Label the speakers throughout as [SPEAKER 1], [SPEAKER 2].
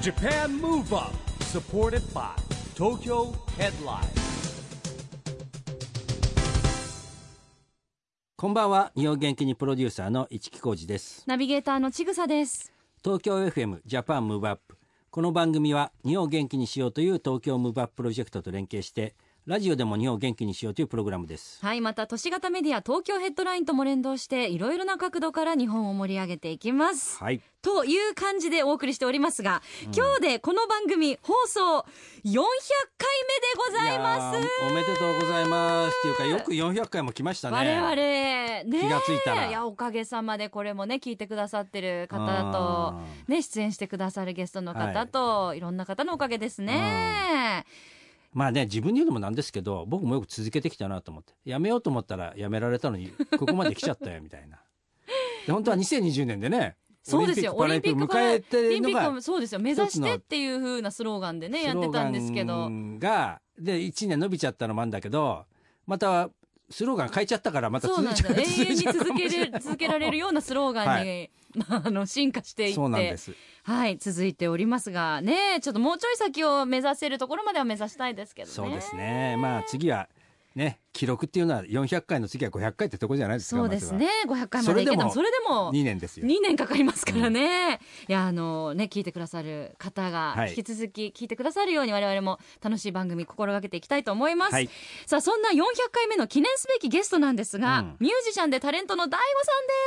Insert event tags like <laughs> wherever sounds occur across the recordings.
[SPEAKER 1] JAPAN MOVE UP SUPPORTED BY TOKYO HEADLINE
[SPEAKER 2] こんばんは日本元気にプロデューサーの市木浩司です
[SPEAKER 3] ナビゲーターのちぐさです。
[SPEAKER 2] 東京 FM ジャパンムーブアップこの番組は日本を元気にしようという東京ムーブアッププロジェクトと連携してラジオでも日本を元気にしようというプログラムです
[SPEAKER 3] はい、また都市型メディア東京ヘッドラインとも連動して、いろいろな角度から日本を盛り上げていきます。
[SPEAKER 2] はい
[SPEAKER 3] という感じでお送りしておりますが、今日でこの番組放送400回目でございます。
[SPEAKER 2] やーおめでとうございますっていうかよく400回も来ましたね
[SPEAKER 3] 我々ね
[SPEAKER 2] 気がついたら
[SPEAKER 3] いやおかげさまでこれもね聞いてくださってる方と
[SPEAKER 2] あ
[SPEAKER 3] ね出演してくださるゲストの方と、い、ろんな方のおかげですね、
[SPEAKER 2] まあね自分で言うのもなんですけど僕もよく続けてきたなと思ってやめようと思ったらやめられたのにここまで来ちゃったよみたいなで本当は2020年でね
[SPEAKER 3] そうですよオ
[SPEAKER 2] オ
[SPEAKER 3] リ
[SPEAKER 2] リ
[SPEAKER 3] ン
[SPEAKER 2] ン
[SPEAKER 3] ピ
[SPEAKER 2] ピッ
[SPEAKER 3] ッ
[SPEAKER 2] ク・パ
[SPEAKER 3] クから
[SPEAKER 2] ラ
[SPEAKER 3] オ
[SPEAKER 2] リン
[SPEAKER 3] リン
[SPEAKER 2] ピック
[SPEAKER 3] ピ
[SPEAKER 2] 迎えてる
[SPEAKER 3] ッ
[SPEAKER 2] の
[SPEAKER 3] ク
[SPEAKER 2] が
[SPEAKER 3] もそうですよ目指してっていう風なスローガンでねやってたんですけ
[SPEAKER 2] ス
[SPEAKER 3] ど
[SPEAKER 2] ローガンがで1年伸びちゃったのもあるんだけどまたスローガン変えちゃったからまた
[SPEAKER 3] そう
[SPEAKER 2] 続
[SPEAKER 3] ないん
[SPEAKER 2] ちゃ
[SPEAKER 3] だ
[SPEAKER 2] う
[SPEAKER 3] 永遠に続ける続けられる
[SPEAKER 2] よ
[SPEAKER 3] ようなスローガン
[SPEAKER 2] <laughs>
[SPEAKER 3] に、あの進化していって
[SPEAKER 2] そうなんです
[SPEAKER 3] はい続いておりますがねちょっともうちょい先を目指せるところまでは目指したいですけどね
[SPEAKER 2] そうですねまあ次はね記録っていうのは400回の次は500回ってとこじゃないですか
[SPEAKER 3] そうですね500回
[SPEAKER 2] そ
[SPEAKER 3] ま
[SPEAKER 2] れ
[SPEAKER 3] でい
[SPEAKER 2] で
[SPEAKER 3] けた
[SPEAKER 2] も
[SPEAKER 3] もそれでも
[SPEAKER 2] 2年ですよ
[SPEAKER 3] 2年かかりますからね、いやあのね聞いてくださる方が
[SPEAKER 2] はい
[SPEAKER 3] 引き続き聞いてくださるように我々も楽しい番組心がけていきたいと思います、
[SPEAKER 2] はい
[SPEAKER 3] さあそんな400回目の記念すべきゲストなんですが、
[SPEAKER 2] うん
[SPEAKER 3] ミュージシャンでタレントの DAIGO さんで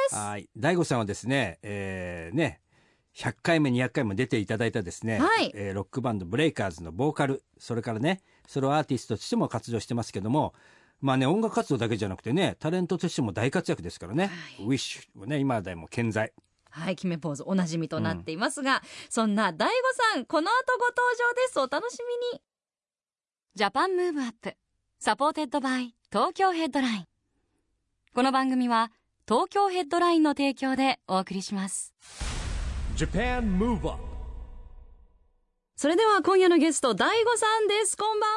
[SPEAKER 3] す
[SPEAKER 2] はい大悟さんはですねえーね100回目200回も出ていただいたですね、
[SPEAKER 3] はい
[SPEAKER 2] えーロックバンドブレイカーズのボーカルそれからねソロアーティストとしても活動してますけどもまあね音楽活動だけじゃなくてねタレントとしても大活躍ですからね、ウィッシュもね今でも健在
[SPEAKER 3] はい決めポーズおなじみとなっていますが、そんな DAIGO さんこの後ご登場ですお楽しみにジャパンムーブアップサポーテッドバイ東京ヘッドラインこの番組は東京ヘッドラインの提供でお送りします
[SPEAKER 1] JAPAN MOVE UP
[SPEAKER 3] それでは今夜のゲスト大悟さんですこんば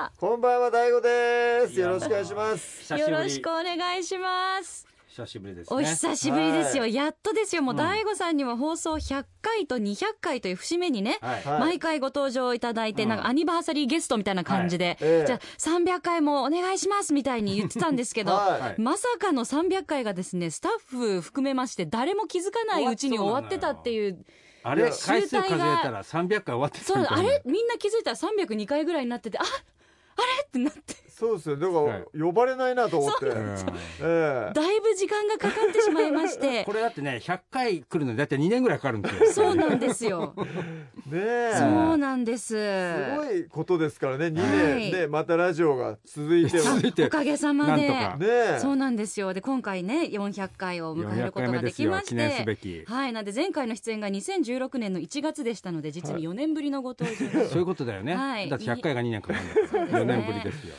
[SPEAKER 3] んは
[SPEAKER 4] こんばんは、大悟です。
[SPEAKER 2] いや
[SPEAKER 4] よろしくお願いします。
[SPEAKER 2] 久し
[SPEAKER 3] よ
[SPEAKER 2] ぶ
[SPEAKER 3] ろ
[SPEAKER 2] り
[SPEAKER 3] しくお願いします
[SPEAKER 2] 久しぶりですね
[SPEAKER 3] お久しぶりですよ、
[SPEAKER 4] は
[SPEAKER 3] やっとですよも
[SPEAKER 2] う
[SPEAKER 3] う
[SPEAKER 2] ん
[SPEAKER 3] 大悟さんには放送100回と200回という節目にね、
[SPEAKER 2] はい、
[SPEAKER 4] はい
[SPEAKER 3] 毎回ご登場いただいて、
[SPEAKER 2] うん
[SPEAKER 3] なんかアニバーサリーゲストみたいな感じで、
[SPEAKER 4] ええ
[SPEAKER 3] じゃあ300回もお願いしますみたいに言ってたんですけど、
[SPEAKER 4] はい
[SPEAKER 3] まさかの300回がですねスタッフ含めまして誰も気づかないうちに終わってたっていう
[SPEAKER 2] あれ回数
[SPEAKER 3] 集大
[SPEAKER 2] 数え
[SPEAKER 3] が
[SPEAKER 2] たら300回終わってた
[SPEAKER 3] そう
[SPEAKER 2] <laughs> みたい
[SPEAKER 3] あ
[SPEAKER 2] な
[SPEAKER 3] れみんな気づいたら302回ぐらいになっててああれってなって
[SPEAKER 4] そうですよ。だから、
[SPEAKER 2] はい
[SPEAKER 4] 呼ばれないなと思って。
[SPEAKER 2] うん <laughs>
[SPEAKER 4] ええ
[SPEAKER 3] だいぶ時間がかかってしまいまして
[SPEAKER 2] こ。れだってね100回来るのにだって2年ぐらいかかるんですよ
[SPEAKER 3] そうなんですよ。
[SPEAKER 4] ねえ。
[SPEAKER 3] そうなんです。
[SPEAKER 4] すごいことですからね。2
[SPEAKER 3] はい
[SPEAKER 4] 年で、またラジオが続いては。
[SPEAKER 2] 続
[SPEAKER 4] ね
[SPEAKER 2] いて
[SPEAKER 3] おかげさまで。
[SPEAKER 2] なんと
[SPEAKER 4] え。
[SPEAKER 3] そうなんですよ。で、今回ね、400回を迎えることができまし
[SPEAKER 2] 400回目ですよ記念すべ
[SPEAKER 3] て。
[SPEAKER 2] き
[SPEAKER 3] はい。なんで、前回の出演が2016年の1月でしたので、実に4年ぶりのご登場で。
[SPEAKER 2] <laughs> そういうことだよね、
[SPEAKER 3] はい
[SPEAKER 2] だって100回が2年かか <laughs> るんだから
[SPEAKER 3] そ
[SPEAKER 2] 4
[SPEAKER 3] うですね
[SPEAKER 2] 年ぶりですよ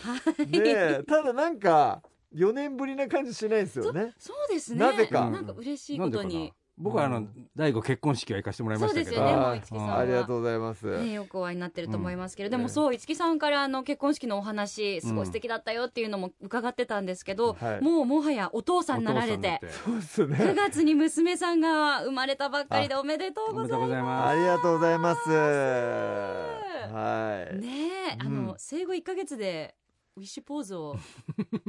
[SPEAKER 4] ねえ。ただ、なんか、4年ぶりな感じしないですよね。
[SPEAKER 3] そうですね。
[SPEAKER 4] なぜか
[SPEAKER 3] なんか嬉しい
[SPEAKER 2] な
[SPEAKER 3] こ
[SPEAKER 2] んで
[SPEAKER 3] と
[SPEAKER 2] かな
[SPEAKER 3] に。
[SPEAKER 2] 僕はあ
[SPEAKER 4] う
[SPEAKER 2] の
[SPEAKER 4] ん
[SPEAKER 2] 大悟結婚式は行かせてもらいま
[SPEAKER 3] そ
[SPEAKER 2] し
[SPEAKER 3] う
[SPEAKER 2] た
[SPEAKER 3] で
[SPEAKER 2] け
[SPEAKER 3] す
[SPEAKER 2] ど
[SPEAKER 3] よね、もう
[SPEAKER 4] はい
[SPEAKER 3] 五木さん
[SPEAKER 2] あ
[SPEAKER 3] は。
[SPEAKER 4] ありがとうございます。
[SPEAKER 3] ね、よくお会いになってると思いますけれど、でもそう五木さんからあの結婚式のお話すごい素敵だったよっていうのも伺ってたんですけど、
[SPEAKER 4] はい
[SPEAKER 3] もうもはやお父さんになられ
[SPEAKER 2] お
[SPEAKER 3] て
[SPEAKER 2] 父さ
[SPEAKER 3] <laughs>
[SPEAKER 2] んになって
[SPEAKER 4] そうです
[SPEAKER 3] 9
[SPEAKER 4] ね。
[SPEAKER 3] 月に娘さんが生まれたばっかりでおめでとう
[SPEAKER 2] おめ
[SPEAKER 3] ご
[SPEAKER 2] で
[SPEAKER 3] ざ
[SPEAKER 2] と
[SPEAKER 3] いう
[SPEAKER 2] ござい
[SPEAKER 3] ま
[SPEAKER 4] あ
[SPEAKER 2] ま
[SPEAKER 4] りがとうございます。は
[SPEAKER 3] す。
[SPEAKER 4] い。
[SPEAKER 3] ねえ、あの生後1ヶ月でウィッシュポーズを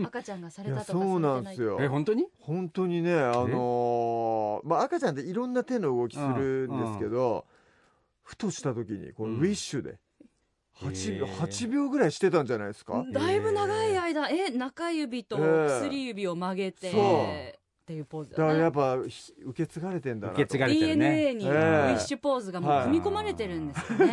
[SPEAKER 3] 赤ちゃんがさ
[SPEAKER 4] い
[SPEAKER 3] れ
[SPEAKER 4] や
[SPEAKER 3] たとか
[SPEAKER 4] そうなん
[SPEAKER 3] され
[SPEAKER 4] で
[SPEAKER 3] てない
[SPEAKER 4] すよ
[SPEAKER 2] すえ。本当に
[SPEAKER 4] 本当にねあのーまあ、赤ちゃんっていろんな手の動きするんですけど、ふとした時にこの
[SPEAKER 2] うん
[SPEAKER 4] ウィッシュで 8, 秒
[SPEAKER 2] へえ
[SPEAKER 4] 8秒ぐらいしてたんじゃないですか、
[SPEAKER 2] ん
[SPEAKER 3] だいぶ長い間え中指と薬指を曲げて、
[SPEAKER 4] ええ
[SPEAKER 2] そう
[SPEAKER 3] っていうポーズ
[SPEAKER 4] だ
[SPEAKER 3] だ
[SPEAKER 4] から
[SPEAKER 3] ね
[SPEAKER 4] やっぱひ受け継がれてんだなと
[SPEAKER 2] 受け継がれてるね
[SPEAKER 3] DNA に
[SPEAKER 4] え
[SPEAKER 3] ウ
[SPEAKER 4] え
[SPEAKER 3] ィッシュポーズがもう組み込まれてるんですよね。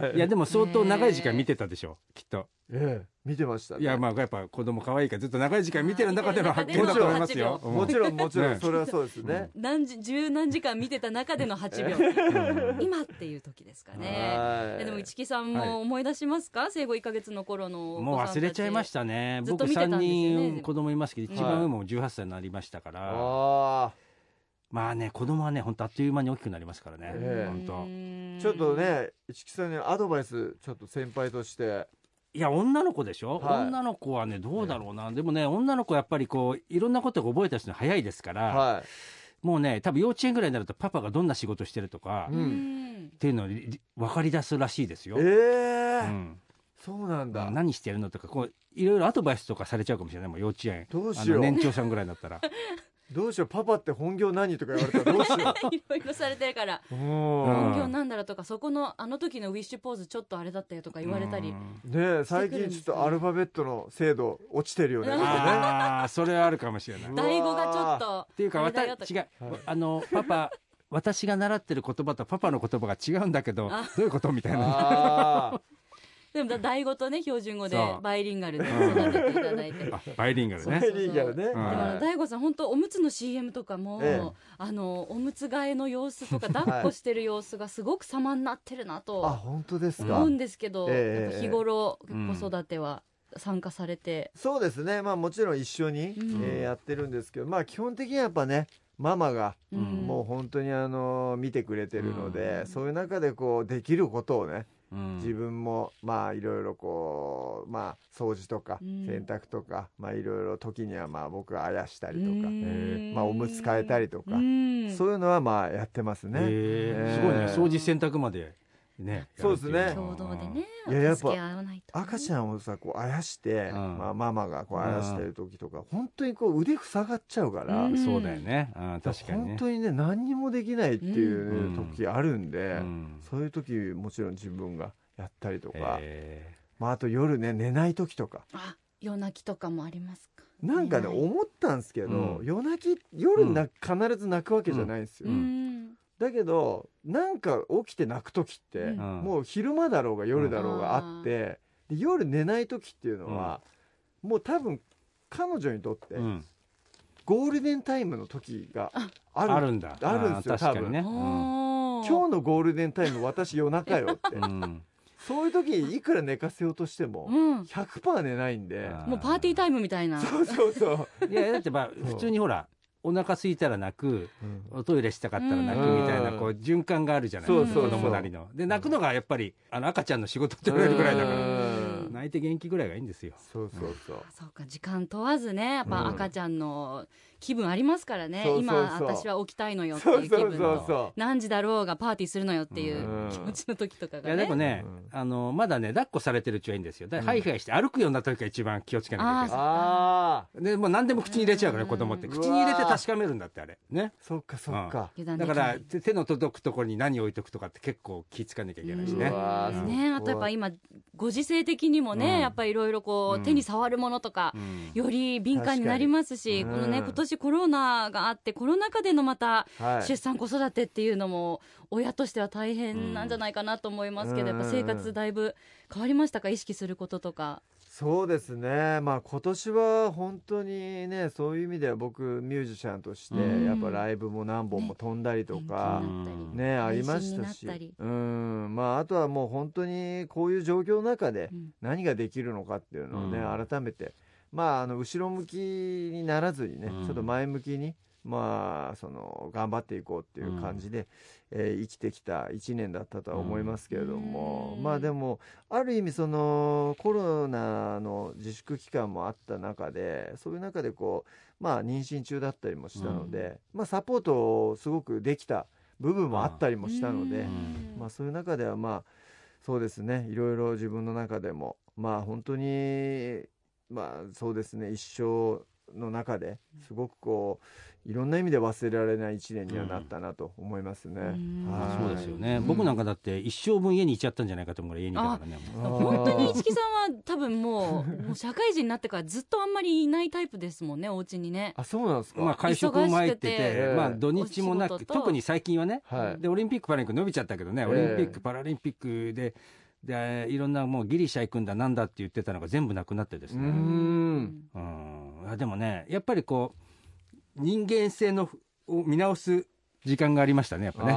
[SPEAKER 4] はい
[SPEAKER 2] いやでも相当長い時間見てたでしょきっと
[SPEAKER 4] ええ見てました、ね、
[SPEAKER 2] いやまあやっぱ子供可愛いからずっと長い時間見てる中での発見だと思いますよ
[SPEAKER 3] あ
[SPEAKER 4] もちろんもちろん、
[SPEAKER 2] ね
[SPEAKER 4] それはそうですね、
[SPEAKER 3] 何時十何時間見てた中での8秒
[SPEAKER 2] うん
[SPEAKER 3] 今っていう時ですかね
[SPEAKER 4] はい
[SPEAKER 3] えでも市木さん
[SPEAKER 2] はい
[SPEAKER 3] も思い出しますか、生後1か月の頃のお
[SPEAKER 2] もう
[SPEAKER 3] 子さんた
[SPEAKER 2] 忘れちゃいましたね
[SPEAKER 3] ずっと
[SPEAKER 2] 僕
[SPEAKER 3] 見て
[SPEAKER 2] 3
[SPEAKER 3] たんですよね
[SPEAKER 2] 人子供いますけど一番
[SPEAKER 4] は
[SPEAKER 2] 上
[SPEAKER 4] い
[SPEAKER 2] も18歳になりましたから、
[SPEAKER 4] ああ
[SPEAKER 2] まあね子供はね本当あっという間に大きくなりますからね
[SPEAKER 4] ええ
[SPEAKER 2] 本当、
[SPEAKER 4] ちょっとね市木さんにアドバイスちょっと先輩として
[SPEAKER 2] いや女の子でしょ、
[SPEAKER 4] はい
[SPEAKER 2] 女の子はねどうだろうな、でもね女の子やっぱりこういろんなことを覚えた人早いですから、
[SPEAKER 4] は
[SPEAKER 2] もうね多分幼稚園ぐらいになるとパパがどんな仕事してるとか、
[SPEAKER 4] う
[SPEAKER 2] っ
[SPEAKER 3] ん <laughs>
[SPEAKER 2] ていうのをりり分かり出すらしいですよ。
[SPEAKER 4] ええ
[SPEAKER 2] うん
[SPEAKER 4] そうなんだ、
[SPEAKER 2] 何してるのとかこういろいろアドバイスとかされちゃうかもしれないもう幼稚園
[SPEAKER 4] どうし
[SPEAKER 2] あ
[SPEAKER 4] よ
[SPEAKER 2] の
[SPEAKER 4] う、
[SPEAKER 2] 年長さんぐらいだった
[SPEAKER 3] <laughs>
[SPEAKER 2] ら
[SPEAKER 4] どうしようパパって本業何とか言われたらどうしよ
[SPEAKER 3] いろいろされてるから
[SPEAKER 4] うう
[SPEAKER 2] うん <laughs>
[SPEAKER 4] ん
[SPEAKER 3] 本業なんだろうとかそこのあの時のウィッシュポーズちょっとあれだったよとか言われたり
[SPEAKER 2] うん
[SPEAKER 4] ねえ最近ちょっとアルファベットの精度落ちてるよねなんかね
[SPEAKER 2] ああそれはあるかもしれない。っ
[SPEAKER 4] うわ
[SPEAKER 3] 第語がちょっと
[SPEAKER 2] ていうか
[SPEAKER 3] あれだよと
[SPEAKER 2] 私違う、
[SPEAKER 4] はい
[SPEAKER 2] あのパパ私が習ってる言葉とパパの言葉が違うんだけどど
[SPEAKER 3] あ
[SPEAKER 2] ういうことみたいな。
[SPEAKER 4] ああ
[SPEAKER 3] でもだ第語とね標準語で
[SPEAKER 2] そう
[SPEAKER 3] バイリンガルで育てていただいて。
[SPEAKER 2] あバイリンガル
[SPEAKER 4] バ
[SPEAKER 2] ね
[SPEAKER 4] イ。リンガルね、
[SPEAKER 2] ん
[SPEAKER 3] だから
[SPEAKER 4] はい
[SPEAKER 3] 大悟さん本当おむつの CM とかも、
[SPEAKER 4] ええ
[SPEAKER 3] あのおむつ替えの様子と
[SPEAKER 4] <laughs>
[SPEAKER 3] か抱っこしてる様子がすごく様になってるな
[SPEAKER 4] あ
[SPEAKER 3] と
[SPEAKER 4] 本当ですか、
[SPEAKER 3] 思うんですけど、や
[SPEAKER 4] ええええ
[SPEAKER 3] っぱ日頃
[SPEAKER 2] うん
[SPEAKER 3] 子育ては参加されて、
[SPEAKER 4] そうですねまあもちろん一緒に、
[SPEAKER 3] うん
[SPEAKER 4] えーやってるんですけどまあ基本的にはやっぱねママが
[SPEAKER 3] うん
[SPEAKER 4] もう本当にあの見てくれてるので、
[SPEAKER 3] うん
[SPEAKER 4] そういう中でこうできることをね
[SPEAKER 2] うん
[SPEAKER 4] 自分もまあいろいろこうまあ掃除とか
[SPEAKER 3] うん
[SPEAKER 4] 洗濯とか、まあいろいろ時にはまあ僕があやしたりとか、
[SPEAKER 3] うん
[SPEAKER 4] まあおむつ替えたりとか、
[SPEAKER 3] うん
[SPEAKER 4] そういうのはまあやってますね。
[SPEAKER 2] へー
[SPEAKER 4] えー
[SPEAKER 2] すごいね掃除洗濯までね。
[SPEAKER 4] そうですね
[SPEAKER 2] やるっていの
[SPEAKER 3] 共
[SPEAKER 2] は
[SPEAKER 3] 同でね
[SPEAKER 4] いややっぱ
[SPEAKER 3] 助け合わないと
[SPEAKER 4] 赤ちゃんをさこうあやして、
[SPEAKER 2] うん
[SPEAKER 4] まあ、ママがこうあやしてる時とか、本当にこう腕塞がっちゃうから、
[SPEAKER 3] うん
[SPEAKER 2] そうだよね。あー確かにね
[SPEAKER 4] 本。当にね何にもできないっていうね、
[SPEAKER 2] うん
[SPEAKER 4] 時あるんで、
[SPEAKER 2] うん
[SPEAKER 4] そういう時もちろん自分がやったりとか、
[SPEAKER 2] え
[SPEAKER 4] まあ、あと夜ね寝ない時とか
[SPEAKER 3] あ夜泣きとかもありますか
[SPEAKER 4] なんかね、
[SPEAKER 3] はい
[SPEAKER 4] 思ったんですけど、
[SPEAKER 2] うん
[SPEAKER 4] 夜泣き夜な、必ず泣くわけじゃないんですよ、
[SPEAKER 2] うん
[SPEAKER 4] だけどなんか起きて泣く時って、
[SPEAKER 3] うん
[SPEAKER 4] もう昼間だろうが夜だろうがあって、で夜寝ない時っていうのは、もう多分彼女にとって
[SPEAKER 2] ーうん
[SPEAKER 4] ゴールデンタイムの時がある
[SPEAKER 2] あるんだ。
[SPEAKER 4] あるんですよ
[SPEAKER 2] あー確かにね。うん
[SPEAKER 3] 今
[SPEAKER 4] 今日のゴールデンタイム私夜中よって、
[SPEAKER 2] うん
[SPEAKER 4] そういう時にいくら寝かせようとしても
[SPEAKER 3] うん、
[SPEAKER 4] 100%寝ないんで
[SPEAKER 2] あ
[SPEAKER 3] もうパーティータイムみたいな
[SPEAKER 4] そうそうそう、
[SPEAKER 2] いやだってまあ普通にほらお腹空いたら泣くおトイレしたかったら泣くみたいな
[SPEAKER 4] うん
[SPEAKER 2] こう循環があるじゃない
[SPEAKER 4] そう
[SPEAKER 3] そうそ
[SPEAKER 2] 子
[SPEAKER 3] う
[SPEAKER 2] 供なりので泣くのがやっぱりあの赤ちゃんの仕事って言われるぐらいだか
[SPEAKER 4] う
[SPEAKER 2] ら
[SPEAKER 4] ん
[SPEAKER 2] 泣いて元気ぐらいがいいんですよ
[SPEAKER 4] そうそうそう
[SPEAKER 3] あそうか時間問わずねやっ
[SPEAKER 4] うん
[SPEAKER 3] ぱ赤ちゃんの気分ありますからね、
[SPEAKER 4] そうそうそう
[SPEAKER 3] 今私は起きたいのよって
[SPEAKER 4] そ
[SPEAKER 3] いう
[SPEAKER 4] う
[SPEAKER 3] 気分
[SPEAKER 4] そ
[SPEAKER 3] の
[SPEAKER 4] うそうそ
[SPEAKER 3] 何時だろうがパーティーするのよっていううん気持ちの時とか
[SPEAKER 2] い
[SPEAKER 3] が
[SPEAKER 2] やで
[SPEAKER 3] ね
[SPEAKER 2] もね
[SPEAKER 4] うん
[SPEAKER 2] あのまだね抱っこされてるうちはいいんですよだからハイハイして歩くようになった時が一番気をつけなきゃいけな
[SPEAKER 4] う
[SPEAKER 2] い
[SPEAKER 4] ああ
[SPEAKER 2] でもう何でも口に入れちゃうからね子供って
[SPEAKER 4] うん
[SPEAKER 2] 口に入れて確かめるんだってあれね
[SPEAKER 4] そっかそっか
[SPEAKER 3] 油断
[SPEAKER 2] だ
[SPEAKER 3] でき
[SPEAKER 2] か
[SPEAKER 3] な
[SPEAKER 2] ら
[SPEAKER 3] い
[SPEAKER 2] 手手の届くところに何置いとくとかって結構気ぃつかなきゃいけないし
[SPEAKER 4] う
[SPEAKER 2] ね
[SPEAKER 4] わー
[SPEAKER 3] ね
[SPEAKER 4] うん
[SPEAKER 3] あとやっぱ今ご時世的にもね、
[SPEAKER 2] うん
[SPEAKER 3] やっぱいろいろこう、
[SPEAKER 2] うん
[SPEAKER 3] 手に触るものとか、
[SPEAKER 2] うん
[SPEAKER 3] より敏感になりますし、
[SPEAKER 4] 確
[SPEAKER 3] こ
[SPEAKER 4] か
[SPEAKER 3] の
[SPEAKER 4] に
[SPEAKER 3] ね
[SPEAKER 4] うん
[SPEAKER 3] 今年コロナがあってコロナ禍でのまた
[SPEAKER 4] はい
[SPEAKER 3] 出産子育てっていうのも親としては大変なんじゃないかなと思いますけど、
[SPEAKER 4] うん
[SPEAKER 3] やっぱ生活だいぶ変わりましたか意識することとか。
[SPEAKER 4] そうですねまあ今年は本当にねそういう意味では僕ミュージシャンとして
[SPEAKER 2] うん
[SPEAKER 4] やっぱライブも何本も飛んだりとか
[SPEAKER 3] 勉強になった
[SPEAKER 2] う
[SPEAKER 3] り
[SPEAKER 2] ん
[SPEAKER 4] ねあり
[SPEAKER 3] 練
[SPEAKER 4] まし
[SPEAKER 3] 習にな
[SPEAKER 4] た
[SPEAKER 3] っ
[SPEAKER 4] した
[SPEAKER 3] り
[SPEAKER 4] うんまああとはもう本当にこういう状況の中で
[SPEAKER 3] うん
[SPEAKER 4] 何ができるのかっていうのをね
[SPEAKER 2] うん
[SPEAKER 4] 改めてまああの後ろ向きにならずにね
[SPEAKER 2] うん
[SPEAKER 4] ちょっと前向きにまあその頑張っていこうっていう感じでえー生きてきた1年だったとは思いますけれども
[SPEAKER 3] うん
[SPEAKER 4] まあでもある意味そのコロナの自粛期間もあった中でそういう中でこうまあ妊娠中だったりもしたのでまあサポートをすごくできた部分もあったりもしたので
[SPEAKER 3] うん
[SPEAKER 4] まあそういう中ではまあそうですねいろいろ自分の中でもまあ本当にまあそうですね一生の中ですごくこういろんな意味で忘れられない一年にはなったなと思いますね。
[SPEAKER 3] うん
[SPEAKER 4] はい
[SPEAKER 2] まあそうですよね僕なんかだって一生分家にいちゃったんじゃないかと思うぐらい家にいたからねもう
[SPEAKER 3] 本当に一木さんは多分もうもう社会人になってからずっとあんまりいないタイプですもんねお家にね。
[SPEAKER 4] あそうなんですか、
[SPEAKER 2] まあ、会食を前ってて
[SPEAKER 3] 忙し
[SPEAKER 4] くて
[SPEAKER 2] まあ、土日もな
[SPEAKER 3] お仕
[SPEAKER 2] く
[SPEAKER 3] 事と
[SPEAKER 2] 特に最近はね、
[SPEAKER 4] はい
[SPEAKER 2] でオリンピック・パラリンピック伸びちゃったけどね、
[SPEAKER 4] え
[SPEAKER 2] オリンピック・パラリンピックででいろんなもうギリシャ行くんだなんだって言ってたのが全部なくなってです
[SPEAKER 4] う
[SPEAKER 2] ね、
[SPEAKER 4] ん
[SPEAKER 2] うん、あでもねやっぱりこう人間性のを見直す時間がありましたねやっぱね、
[SPEAKER 4] あ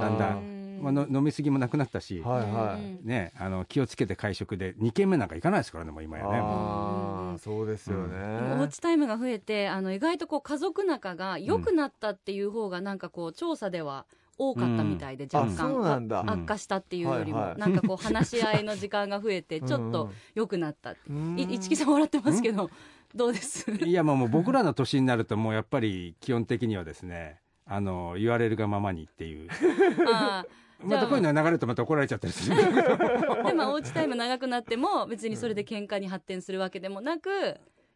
[SPEAKER 4] ー
[SPEAKER 2] だんだんまあ、の飲み過ぎもなくなったし、
[SPEAKER 4] はいはい、
[SPEAKER 3] うん
[SPEAKER 2] ね、あの気をつけて会食で2軒目なんか行かないですからねもう今やね。
[SPEAKER 3] うんうん
[SPEAKER 4] あ
[SPEAKER 3] うん
[SPEAKER 4] あそうですよね、
[SPEAKER 3] でもおうちタイムが増えてあの意外とこう家族仲が良くなったっていう方がなんかこう調査では多かったみたいで、
[SPEAKER 4] あ
[SPEAKER 3] 若
[SPEAKER 4] そうなん
[SPEAKER 3] 干
[SPEAKER 4] だ、
[SPEAKER 2] ん
[SPEAKER 3] 悪化したっていうよりも、
[SPEAKER 4] はいはい
[SPEAKER 3] なんかこう話し合いの時間が増えてちょっと良くなったって、
[SPEAKER 4] うん
[SPEAKER 3] い一木さん笑ってますけど、どうです
[SPEAKER 2] いやまあもう僕らの年になるともうやっぱり基本的にはですねあの言われるがままにって
[SPEAKER 3] <laughs>
[SPEAKER 2] いう
[SPEAKER 3] あーじ
[SPEAKER 2] ま
[SPEAKER 3] ゃ
[SPEAKER 2] た
[SPEAKER 3] あ
[SPEAKER 2] こういうのが流れるとまた怒られちゃったりする
[SPEAKER 3] でまあおうちタイム長くなっても別にそれで喧嘩に発展するわけでもなく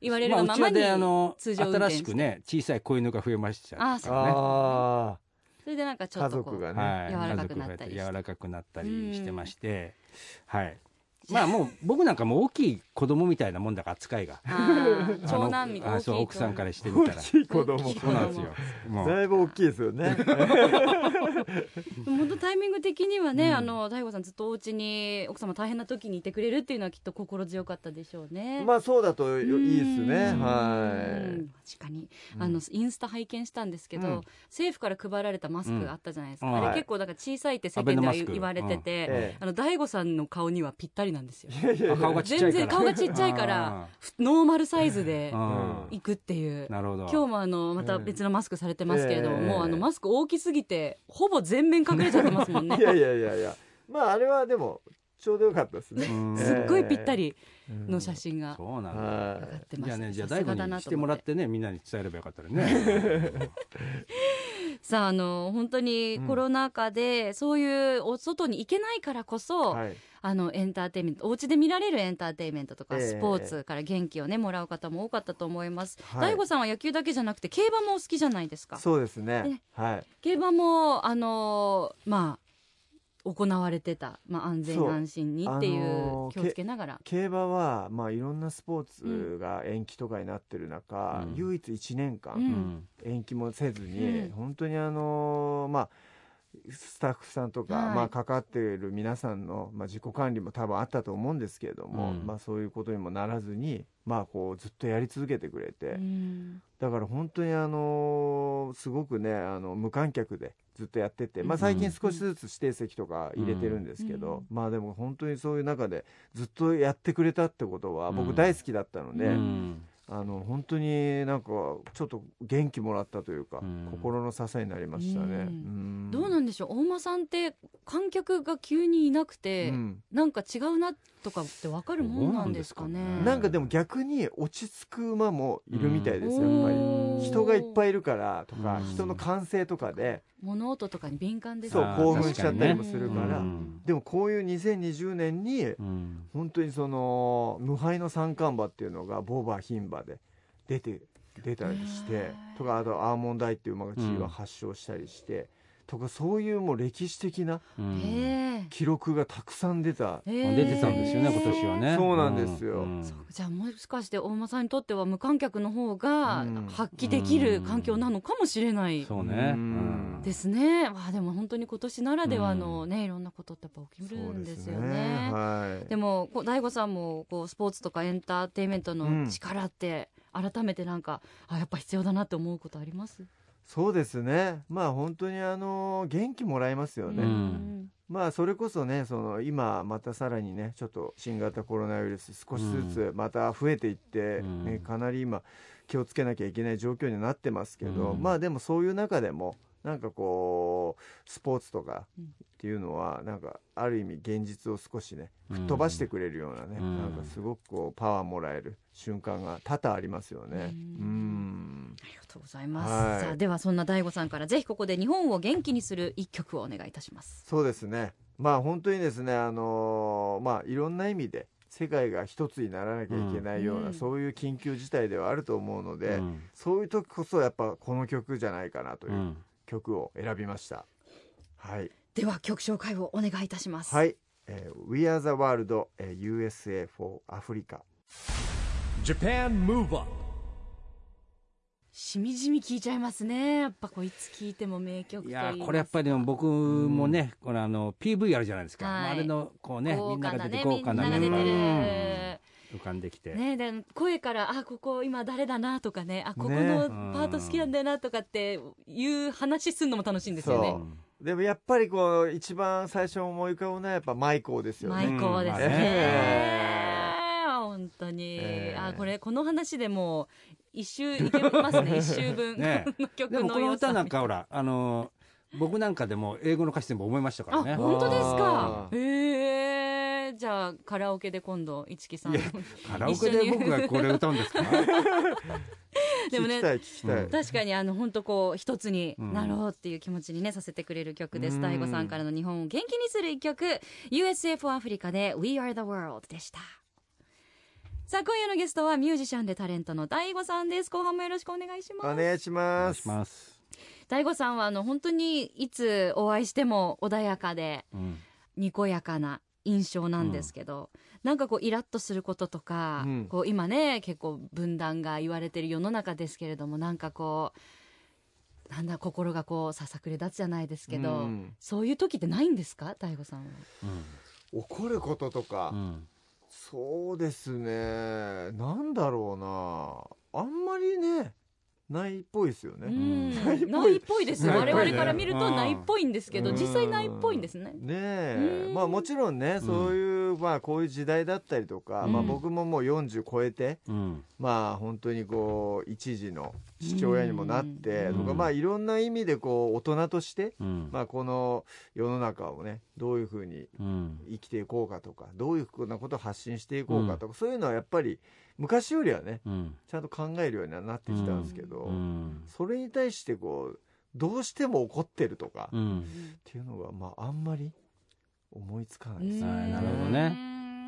[SPEAKER 3] 言われる
[SPEAKER 2] まあ
[SPEAKER 3] が
[SPEAKER 2] う
[SPEAKER 3] ま
[SPEAKER 2] ち
[SPEAKER 3] ま
[SPEAKER 2] は
[SPEAKER 3] に
[SPEAKER 2] であの
[SPEAKER 3] 通常運転
[SPEAKER 2] 新
[SPEAKER 3] して
[SPEAKER 2] しくね小さい子犬が増えました
[SPEAKER 3] あーそう
[SPEAKER 2] ね
[SPEAKER 4] あ
[SPEAKER 3] それでなんかち
[SPEAKER 4] ー
[SPEAKER 3] ょ
[SPEAKER 4] 家
[SPEAKER 3] っとこ
[SPEAKER 4] 族
[SPEAKER 3] う
[SPEAKER 4] がね、
[SPEAKER 2] はい、
[SPEAKER 3] 柔らか
[SPEAKER 2] 家
[SPEAKER 3] く
[SPEAKER 2] 族
[SPEAKER 3] な
[SPEAKER 2] 増
[SPEAKER 3] っ
[SPEAKER 2] え
[SPEAKER 3] た
[SPEAKER 2] て
[SPEAKER 3] りして
[SPEAKER 2] 柔らかくなったりしてまして、はいまあもう僕なんかもう大きい子供みたいなもんだから扱いが
[SPEAKER 3] あー
[SPEAKER 2] あの
[SPEAKER 3] 長男みたい
[SPEAKER 2] <laughs> あ
[SPEAKER 3] な
[SPEAKER 2] そう奥さんかららしてみたら
[SPEAKER 4] 大
[SPEAKER 2] そ
[SPEAKER 4] きい子供
[SPEAKER 3] 大きい子
[SPEAKER 2] うなんですよもう
[SPEAKER 4] だいぶ大きいですよね
[SPEAKER 3] 本当タイミング的にはね、
[SPEAKER 2] うん
[SPEAKER 3] あの大悟さんずっとお家に奥様大変な時にいてくれるっていうのはきっと心強かったでしょうね。
[SPEAKER 4] まあそうだとよいいですね
[SPEAKER 3] うん
[SPEAKER 4] は
[SPEAKER 3] うん確かに、
[SPEAKER 4] うん
[SPEAKER 3] あのインスタ拝見したんですけど、
[SPEAKER 4] うん
[SPEAKER 3] 政府から配られたマスクあったじゃないですか、
[SPEAKER 2] うん
[SPEAKER 3] あ
[SPEAKER 4] は
[SPEAKER 3] れ
[SPEAKER 4] い
[SPEAKER 3] 結構なんか小さいって世
[SPEAKER 2] アベノ
[SPEAKER 3] 間では
[SPEAKER 2] マスク
[SPEAKER 3] 言われてて、
[SPEAKER 4] うんええ
[SPEAKER 3] あの大悟さんの顔にはぴったりなんですよ
[SPEAKER 4] いいやいやいや
[SPEAKER 2] あ顔がちっちゃいから
[SPEAKER 3] 全然顔がちっちゃいからふノーマルサイズで
[SPEAKER 2] うん
[SPEAKER 3] 行くっていう
[SPEAKER 2] なるほど
[SPEAKER 3] 今日もあのまた別のマスクされてますけれども、
[SPEAKER 4] ええ
[SPEAKER 3] もうあのマスク大きすぎてほぼ全面隠れちゃってますもんね
[SPEAKER 4] いやいやいやいやまああれはでもちょうどよかったですね
[SPEAKER 2] うん
[SPEAKER 3] <laughs> すっごいぴったりの写
[SPEAKER 4] 真
[SPEAKER 3] 真が
[SPEAKER 2] そうなんだ
[SPEAKER 4] は
[SPEAKER 3] 上がってま
[SPEAKER 2] じゃ
[SPEAKER 3] し
[SPEAKER 2] あ
[SPEAKER 3] た
[SPEAKER 2] ねじゃあ
[SPEAKER 3] さす
[SPEAKER 2] 大
[SPEAKER 3] が
[SPEAKER 2] 悟
[SPEAKER 3] だな
[SPEAKER 2] に
[SPEAKER 3] と
[SPEAKER 2] して
[SPEAKER 3] 思
[SPEAKER 2] もらってねみんなに伝えればよかったらね
[SPEAKER 3] さああの本当に
[SPEAKER 4] うん
[SPEAKER 3] コロナ禍で、そういうお外に行けないからこ
[SPEAKER 4] い
[SPEAKER 3] そ、
[SPEAKER 4] はい
[SPEAKER 3] あのエンターテインメントお家で見られるエンターテインメントとか、
[SPEAKER 4] ええ
[SPEAKER 3] スポーツから元気をねもらう方も多かったと思います、
[SPEAKER 4] は
[SPEAKER 3] 大
[SPEAKER 4] い
[SPEAKER 3] 悟さんは野球だけじゃなくて競馬もお好きじゃないですか
[SPEAKER 4] そうです
[SPEAKER 3] ね
[SPEAKER 4] ねはい
[SPEAKER 3] 競馬もあのーまあ行われてた、まあ、安全
[SPEAKER 4] そう
[SPEAKER 3] 安心にっていう、
[SPEAKER 4] あのー
[SPEAKER 3] 気をつけながら
[SPEAKER 4] 競馬はまあいろんなスポーツが延期とかになってる中
[SPEAKER 2] うん
[SPEAKER 4] 唯一1年間
[SPEAKER 3] うん
[SPEAKER 2] うん
[SPEAKER 4] 延期もせず
[SPEAKER 3] う
[SPEAKER 4] に
[SPEAKER 3] ん
[SPEAKER 4] 本当にあのーまあスタッフさんとか、
[SPEAKER 3] はい
[SPEAKER 4] まあ、かかっている皆さんの、まあ、自己管理も多分あったと思うんですけれども、
[SPEAKER 2] うん
[SPEAKER 4] まあ、そういうことにもならずに、まあ、こうずっとやり続けてくれて、
[SPEAKER 3] うん
[SPEAKER 4] だから本当に、あのーすごくねあの無観客でずっとやってて、ま
[SPEAKER 3] う
[SPEAKER 4] あ、
[SPEAKER 3] ん
[SPEAKER 4] 最近少しずつ指定席とか入れてるんですけど、まあ、でも本当にそういう中でずっとやってくれたってことは
[SPEAKER 2] う
[SPEAKER 4] 僕
[SPEAKER 2] ん
[SPEAKER 4] 大好きだったので、
[SPEAKER 2] うん
[SPEAKER 4] あの本当になんかちょっと元気もらったというか、
[SPEAKER 2] うん
[SPEAKER 4] 心の支えになりましたね。
[SPEAKER 3] うん
[SPEAKER 4] ん
[SPEAKER 3] どうなんでしょう大間さんって観客が急にいなくて、
[SPEAKER 4] うん
[SPEAKER 3] なんか違うなとかって分かるもんなんですか
[SPEAKER 2] そう
[SPEAKER 3] ね
[SPEAKER 2] なんですかね
[SPEAKER 4] なんかでも逆に落ち着く馬もいるみたいですよ、
[SPEAKER 3] うん
[SPEAKER 4] やっぱ
[SPEAKER 3] おー
[SPEAKER 4] り人がいっぱいいるからとか、
[SPEAKER 2] うん
[SPEAKER 4] 人の歓声とかで
[SPEAKER 3] 物音とかに敏感です
[SPEAKER 4] そう
[SPEAKER 2] あー
[SPEAKER 4] 興奮しちゃったりも
[SPEAKER 3] 確
[SPEAKER 4] す
[SPEAKER 3] か
[SPEAKER 4] る
[SPEAKER 3] に
[SPEAKER 4] か
[SPEAKER 3] ね
[SPEAKER 4] ら、
[SPEAKER 2] うん
[SPEAKER 4] でもこういう2020年に
[SPEAKER 2] うん
[SPEAKER 4] 本当にその無敗の三冠馬っていうのがボーバー牝馬で出て出たりして、
[SPEAKER 3] へー
[SPEAKER 4] とかあとアーモンドアイっていう馬が
[SPEAKER 2] うん
[SPEAKER 4] G1 発症したりして、とかそういうもう歴史的な
[SPEAKER 2] うん
[SPEAKER 3] へ
[SPEAKER 4] 記録がたくさん出た、
[SPEAKER 3] え
[SPEAKER 2] まあ出てたんですよね今年はね
[SPEAKER 4] そうなんですよ
[SPEAKER 2] うん
[SPEAKER 3] そうじゃあもしかして大間さんにとっては無観客の方が
[SPEAKER 4] うん
[SPEAKER 3] 発揮できる環境なのかもしれない
[SPEAKER 2] そうね
[SPEAKER 4] う
[SPEAKER 2] う
[SPEAKER 4] ん
[SPEAKER 2] ん
[SPEAKER 3] ですね、わあでも本当に今年ならではのね、いろんなことってやっぱ起きるんですよね。
[SPEAKER 4] はい
[SPEAKER 3] でもこう大悟さんもこうスポーツとかエンターテインメント
[SPEAKER 4] う
[SPEAKER 3] の
[SPEAKER 4] ん
[SPEAKER 3] 力って改めてなんか、あやっぱ必要だなって思うことあります、
[SPEAKER 4] そうですねまあ本当にあの元気もらえますよね、
[SPEAKER 2] うん
[SPEAKER 4] まあそれこそねその今またさらにねちょっと新型コロナウイルス少しずつまた増えていって、
[SPEAKER 2] うん
[SPEAKER 4] ねかなり今気をつけなきゃいけない状況になってますけど、
[SPEAKER 2] うん
[SPEAKER 4] まあでもそういう中でもなんかこうスポーツとか
[SPEAKER 3] うん
[SPEAKER 4] っていうのはなんかある意味現実を少しね
[SPEAKER 2] うん
[SPEAKER 4] 飛ばしてくれるようなね、
[SPEAKER 2] うん
[SPEAKER 4] なんかすごくこうパワーもらえる瞬間が多々ありますよね。
[SPEAKER 3] う
[SPEAKER 4] うんん
[SPEAKER 3] ありがとうございます、
[SPEAKER 4] はい
[SPEAKER 3] さあではそんな大悟さんからぜひここで日本を元気にする一曲をお願いいたします。
[SPEAKER 4] そうですね。まあ本当にですね、あのーまあいろんな意味で世界が一つにならなきゃいけないような、
[SPEAKER 3] うん
[SPEAKER 4] そういう緊急事態ではあると思うので、
[SPEAKER 2] うん
[SPEAKER 4] そういう時こそやっぱこの曲じゃないかなといううん曲を選びました。はい。
[SPEAKER 3] では曲紹介をお願いいたします。
[SPEAKER 4] はい。えー We Are the World、えー USA for Africa。
[SPEAKER 1] Japan Move Up
[SPEAKER 3] しみじみ聞いちゃいますね。やっぱこういつ聞いても名曲と
[SPEAKER 2] い
[SPEAKER 3] 言いま
[SPEAKER 2] や
[SPEAKER 3] す
[SPEAKER 2] ー
[SPEAKER 3] か
[SPEAKER 2] これやっぱりでも僕もね、これあの PV あるじゃないですか、
[SPEAKER 3] はい
[SPEAKER 2] まああれのこうねみ
[SPEAKER 3] 豪
[SPEAKER 2] んな
[SPEAKER 3] 華
[SPEAKER 2] が
[SPEAKER 3] な
[SPEAKER 2] 出て
[SPEAKER 3] ね
[SPEAKER 2] 豪華なメンバ
[SPEAKER 3] みんな
[SPEAKER 2] ー
[SPEAKER 3] が出
[SPEAKER 2] がうん浮かんできて、
[SPEAKER 3] てる。ねで声からあここ今誰だなとかねあここ
[SPEAKER 4] ね
[SPEAKER 3] のパート好きなんだよなとかっていう話すんのも楽しいんですよ
[SPEAKER 2] う
[SPEAKER 3] ね。
[SPEAKER 4] そ
[SPEAKER 2] ん
[SPEAKER 4] でもやっぱりこう一番最初思い浮かぶのはやっぱマイコーですよ
[SPEAKER 3] マイ
[SPEAKER 4] ね。
[SPEAKER 3] コーです
[SPEAKER 2] うんまあ
[SPEAKER 3] ね
[SPEAKER 2] ね。
[SPEAKER 3] 本当に、
[SPEAKER 4] ええ
[SPEAKER 3] あこれこの話でもう一周いけます
[SPEAKER 2] <laughs>
[SPEAKER 3] ね一周分
[SPEAKER 2] ね
[SPEAKER 3] この曲
[SPEAKER 2] でも
[SPEAKER 3] の
[SPEAKER 2] この
[SPEAKER 3] 良さ
[SPEAKER 2] 歌なんかほらあの僕なんかでも英語の歌詞全部覚えましたから
[SPEAKER 3] あ
[SPEAKER 2] ね
[SPEAKER 3] 本当ですか
[SPEAKER 4] あー
[SPEAKER 3] へえじゃあカラオケで今度一木さん
[SPEAKER 4] い
[SPEAKER 3] と
[SPEAKER 4] や
[SPEAKER 2] カラオケで僕がこれ歌うんですか
[SPEAKER 3] でも
[SPEAKER 4] 聞
[SPEAKER 3] ね
[SPEAKER 4] きたい聞きたい、
[SPEAKER 2] うん
[SPEAKER 3] 確かにあの本当こう一つに
[SPEAKER 2] うん
[SPEAKER 3] なろうっていう気持ちにねさせてくれる曲で
[SPEAKER 4] う
[SPEAKER 3] す
[SPEAKER 4] ん
[SPEAKER 3] 大悟さんからの日本を元気にする一曲 USF アフリカで We Are the World でしたさあ今夜のゲストはミュージシャンでタレントの大悟さんです後半もよろしくお願いします
[SPEAKER 4] お願いし
[SPEAKER 2] お願
[SPEAKER 4] ま
[SPEAKER 2] い
[SPEAKER 4] す
[SPEAKER 2] します、
[SPEAKER 3] 大悟さんはあの本当にいつお会いしても穏やかで
[SPEAKER 2] うん
[SPEAKER 3] にこやかな印象なんですけど、なんかこうイラッとすることとか、
[SPEAKER 4] うん
[SPEAKER 3] こう今ね結構分断が言われてる世の中ですけれどもなんかこうなんだ心がこうささくれ立つじゃないですけど、
[SPEAKER 4] うん
[SPEAKER 3] そういう時ってないんですか大悟さんは。
[SPEAKER 4] 怒ることとか、
[SPEAKER 2] うんうん
[SPEAKER 4] そうですねなんだろうなあんまりねないっぽいですよ
[SPEAKER 3] う
[SPEAKER 4] ね、
[SPEAKER 3] ん
[SPEAKER 4] ないっぽい
[SPEAKER 3] ないっぽいですよ
[SPEAKER 4] ないっぽ
[SPEAKER 3] 我
[SPEAKER 4] いね
[SPEAKER 3] 々から見るとないっぽいんですけど
[SPEAKER 4] うん
[SPEAKER 3] 実際ないっぽいんですね。
[SPEAKER 4] ねえ
[SPEAKER 3] うん
[SPEAKER 4] まあもちろんねそういう、まあこういう時代だったりとか、まあ
[SPEAKER 3] うん
[SPEAKER 4] 僕ももう40超えて
[SPEAKER 2] うん
[SPEAKER 4] まあ本当にこう一時の父親にもなってとか、
[SPEAKER 2] うん
[SPEAKER 4] まあいろんな意味でこう大人として、
[SPEAKER 2] うん
[SPEAKER 4] まあこの世の中をねどういうふうに
[SPEAKER 2] うん
[SPEAKER 4] 生きていこうかとかどういうふうなことを発信していこうかとか、そういうのはやっぱり昔よりはね
[SPEAKER 2] うん
[SPEAKER 4] ちゃんと考えるようにはなってきたんですけど、
[SPEAKER 2] うん
[SPEAKER 4] それに対してこうどうしても怒ってるとか、
[SPEAKER 2] う
[SPEAKER 4] っ
[SPEAKER 2] ん
[SPEAKER 4] ていうのがまああんまり思いつかないですね。
[SPEAKER 2] な
[SPEAKER 3] な
[SPEAKER 2] るほどね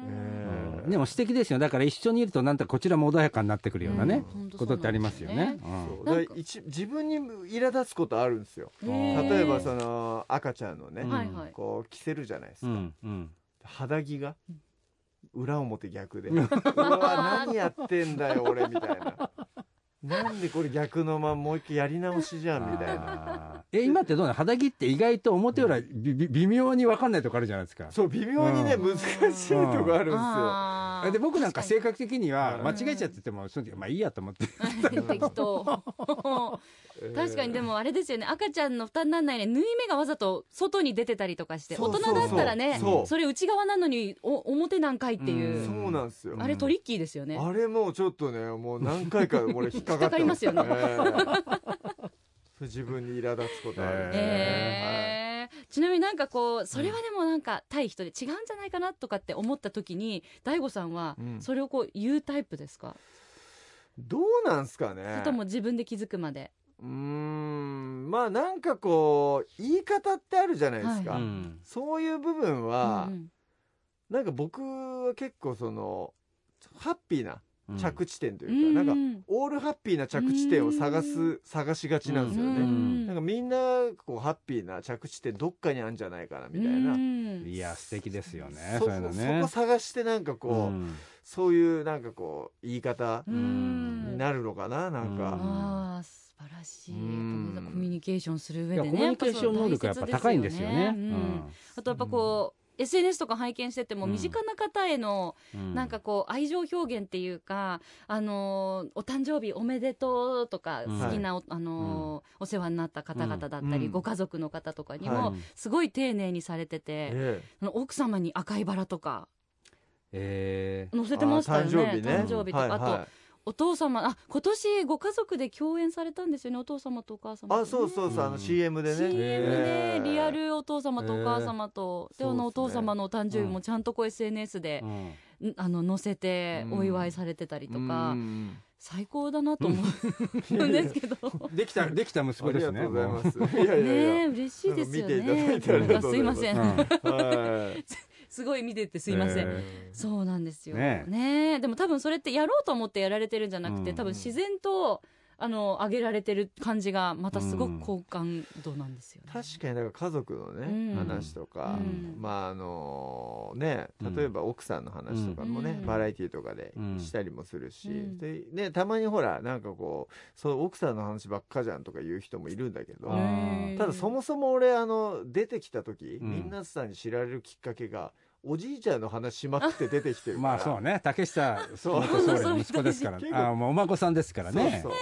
[SPEAKER 4] ええ
[SPEAKER 2] でも素敵ですよだから一緒にいるとなんかこちらも穏やかになってくるようなね、ことってありますよね。
[SPEAKER 4] そう
[SPEAKER 3] なんか
[SPEAKER 4] だから一自分に苛立つことあるんですよ
[SPEAKER 2] へー
[SPEAKER 4] 例えばその赤ちゃんのね、
[SPEAKER 2] うん
[SPEAKER 3] はいはい。
[SPEAKER 4] こう着せるじゃないです
[SPEAKER 2] う
[SPEAKER 4] か、
[SPEAKER 2] んうん
[SPEAKER 4] 肌着が裏表逆で
[SPEAKER 2] うん
[SPEAKER 4] うわ何やってんだよ俺みたいななんでこれ逆のままもう一回やり直しじゃんみたいな
[SPEAKER 2] あーえ今ってどうなの肌着って意外と表裏びび微妙に分かんないとこあるじゃないですか。
[SPEAKER 4] そう微妙にね、
[SPEAKER 2] う
[SPEAKER 4] 難しいとこあ
[SPEAKER 3] あー
[SPEAKER 2] で僕なんか性格的には間
[SPEAKER 4] 確
[SPEAKER 3] かに
[SPEAKER 2] 違えちゃっててもその時まあいいやと思って
[SPEAKER 3] <laughs> 適当
[SPEAKER 4] るんですよ
[SPEAKER 3] 確かにで
[SPEAKER 4] も
[SPEAKER 3] もあれですよね赤ちゃんの負担にならないね縫い目がわざと外に出てたりとかして
[SPEAKER 4] そうそうそう
[SPEAKER 3] 大人だったらね
[SPEAKER 4] そう
[SPEAKER 3] れ内側なのにお表なんかいっていう、
[SPEAKER 2] ん
[SPEAKER 4] そうなんですよ
[SPEAKER 3] あれトリッキーですよね、
[SPEAKER 4] あれもうちょっとねもう何回か俺引っかかって
[SPEAKER 3] <laughs> 引っかか
[SPEAKER 4] ええそう自分に苛立つことあるんではい
[SPEAKER 3] えーちなみになんかこうそれはでもなんか対人で違うんじゃないかなとかって思った時に大悟さんは
[SPEAKER 4] うん
[SPEAKER 3] それをこう言うタイプですか、
[SPEAKER 4] どうなんすか
[SPEAKER 3] そ
[SPEAKER 4] ね
[SPEAKER 3] れとも自分で気づくまで、
[SPEAKER 4] うーんまあなんかこう言い方ってあるじゃないですか、
[SPEAKER 3] は
[SPEAKER 2] う
[SPEAKER 3] い
[SPEAKER 2] ん
[SPEAKER 4] そういう部分は、
[SPEAKER 3] うんうん
[SPEAKER 4] なんか僕は結構そのハッピーな
[SPEAKER 2] うん
[SPEAKER 4] 着地点と
[SPEAKER 3] う
[SPEAKER 4] いうか、なんか
[SPEAKER 3] ん
[SPEAKER 4] オールハッピーな着地点を探す探しがちなんですよ
[SPEAKER 3] う
[SPEAKER 4] ね、
[SPEAKER 3] ん
[SPEAKER 4] なんかみんなこうハッピーな着地点どっかにあるんじゃないかなみたいな、
[SPEAKER 3] うん
[SPEAKER 2] いや素敵ですよね
[SPEAKER 4] そ
[SPEAKER 2] そういうの
[SPEAKER 4] そ
[SPEAKER 2] ね
[SPEAKER 4] こ。探してなんかこう、
[SPEAKER 2] うん
[SPEAKER 4] そういうなんかこう言い方
[SPEAKER 3] うん
[SPEAKER 4] になるのかな、なんか、
[SPEAKER 2] うん
[SPEAKER 3] ああ素晴らしい、
[SPEAKER 4] うん
[SPEAKER 3] やっぱねコミュニケーションする
[SPEAKER 2] い
[SPEAKER 3] 上
[SPEAKER 2] や
[SPEAKER 3] で
[SPEAKER 2] コ
[SPEAKER 3] ね
[SPEAKER 2] ミュニケーション能力がやっぱ高いんですよね。
[SPEAKER 3] うんあとやっぱこう、SNS とか拝見してても
[SPEAKER 2] うん
[SPEAKER 3] 身近な方への
[SPEAKER 2] うん
[SPEAKER 3] なんかこう愛情表現っていうか、あのーお誕生日おめでとうとか
[SPEAKER 2] うん
[SPEAKER 3] 好きなお,、あのーお世話になった方々だったり、
[SPEAKER 4] うん
[SPEAKER 3] ご家族の方とかに
[SPEAKER 4] は
[SPEAKER 3] も
[SPEAKER 2] い
[SPEAKER 3] すごい丁寧にされてて、
[SPEAKER 4] え
[SPEAKER 3] あの奥様に赤いバラとか
[SPEAKER 2] えー
[SPEAKER 3] 載せ
[SPEAKER 4] え
[SPEAKER 3] てましたよね
[SPEAKER 4] あ誕生日ね
[SPEAKER 3] 誕生日とか、
[SPEAKER 4] はいはい
[SPEAKER 3] あとお父様あ今年ご家族で共演されたんですよねお父様とお母様とね、
[SPEAKER 4] あそうそうそう、あ
[SPEAKER 2] う
[SPEAKER 4] の
[SPEAKER 2] ん
[SPEAKER 4] CM でね
[SPEAKER 3] CM
[SPEAKER 4] え
[SPEAKER 3] で
[SPEAKER 4] ー
[SPEAKER 3] リアルお父様とお母様と、
[SPEAKER 4] えー
[SPEAKER 3] であのお
[SPEAKER 4] そう
[SPEAKER 3] 父
[SPEAKER 4] ですね
[SPEAKER 3] 様のお誕生日もちゃんとこう SNS で
[SPEAKER 2] う、ん
[SPEAKER 3] んあの載せて
[SPEAKER 4] うん
[SPEAKER 3] お祝いされてたりとか、
[SPEAKER 4] うん
[SPEAKER 3] 最高だなと思うん <laughs> ですけど
[SPEAKER 2] できたできた息
[SPEAKER 4] あ
[SPEAKER 2] 子で
[SPEAKER 4] り
[SPEAKER 2] す
[SPEAKER 4] が
[SPEAKER 2] ね。
[SPEAKER 4] とうございますいやいやいや、
[SPEAKER 3] ねえ嬉しいですよね
[SPEAKER 4] なんか見ていただいてありがとうござい
[SPEAKER 3] な
[SPEAKER 4] ま
[SPEAKER 3] んか
[SPEAKER 4] す
[SPEAKER 3] すいません、
[SPEAKER 2] うん
[SPEAKER 4] はい
[SPEAKER 3] すごい見ててすいません、
[SPEAKER 2] え
[SPEAKER 3] そうなんですよ
[SPEAKER 2] ね
[SPEAKER 3] ね
[SPEAKER 2] え
[SPEAKER 3] えでも多分それってやろうと思ってやられてるんじゃなくて、
[SPEAKER 2] うん
[SPEAKER 3] 多分自然とあの上げられてる感じがまたすごく好感度なんですよね、
[SPEAKER 4] 確かになんか家族のね、
[SPEAKER 3] うん
[SPEAKER 4] 話とか、
[SPEAKER 3] うん
[SPEAKER 4] まああのね例えば奥さんの話とかもね、
[SPEAKER 3] うん
[SPEAKER 4] バラエティとかで
[SPEAKER 2] うん
[SPEAKER 4] したりもするし、
[SPEAKER 3] うん
[SPEAKER 4] でねたまにほらなんかこうそう奥さんの話ばっかじゃんとか言う人もいるんだけど、
[SPEAKER 2] あー
[SPEAKER 3] うん
[SPEAKER 4] ただそもそも俺あの出てきた時、
[SPEAKER 2] うん
[SPEAKER 4] みんなさんに知られるきっかけがおじいちゃんの話しまくって出てきてるから
[SPEAKER 2] <laughs> まあそうね竹下
[SPEAKER 4] そう
[SPEAKER 2] 元総理の息子ですから
[SPEAKER 4] そうそう
[SPEAKER 2] ああもうお孫さんですからね
[SPEAKER 4] そうそう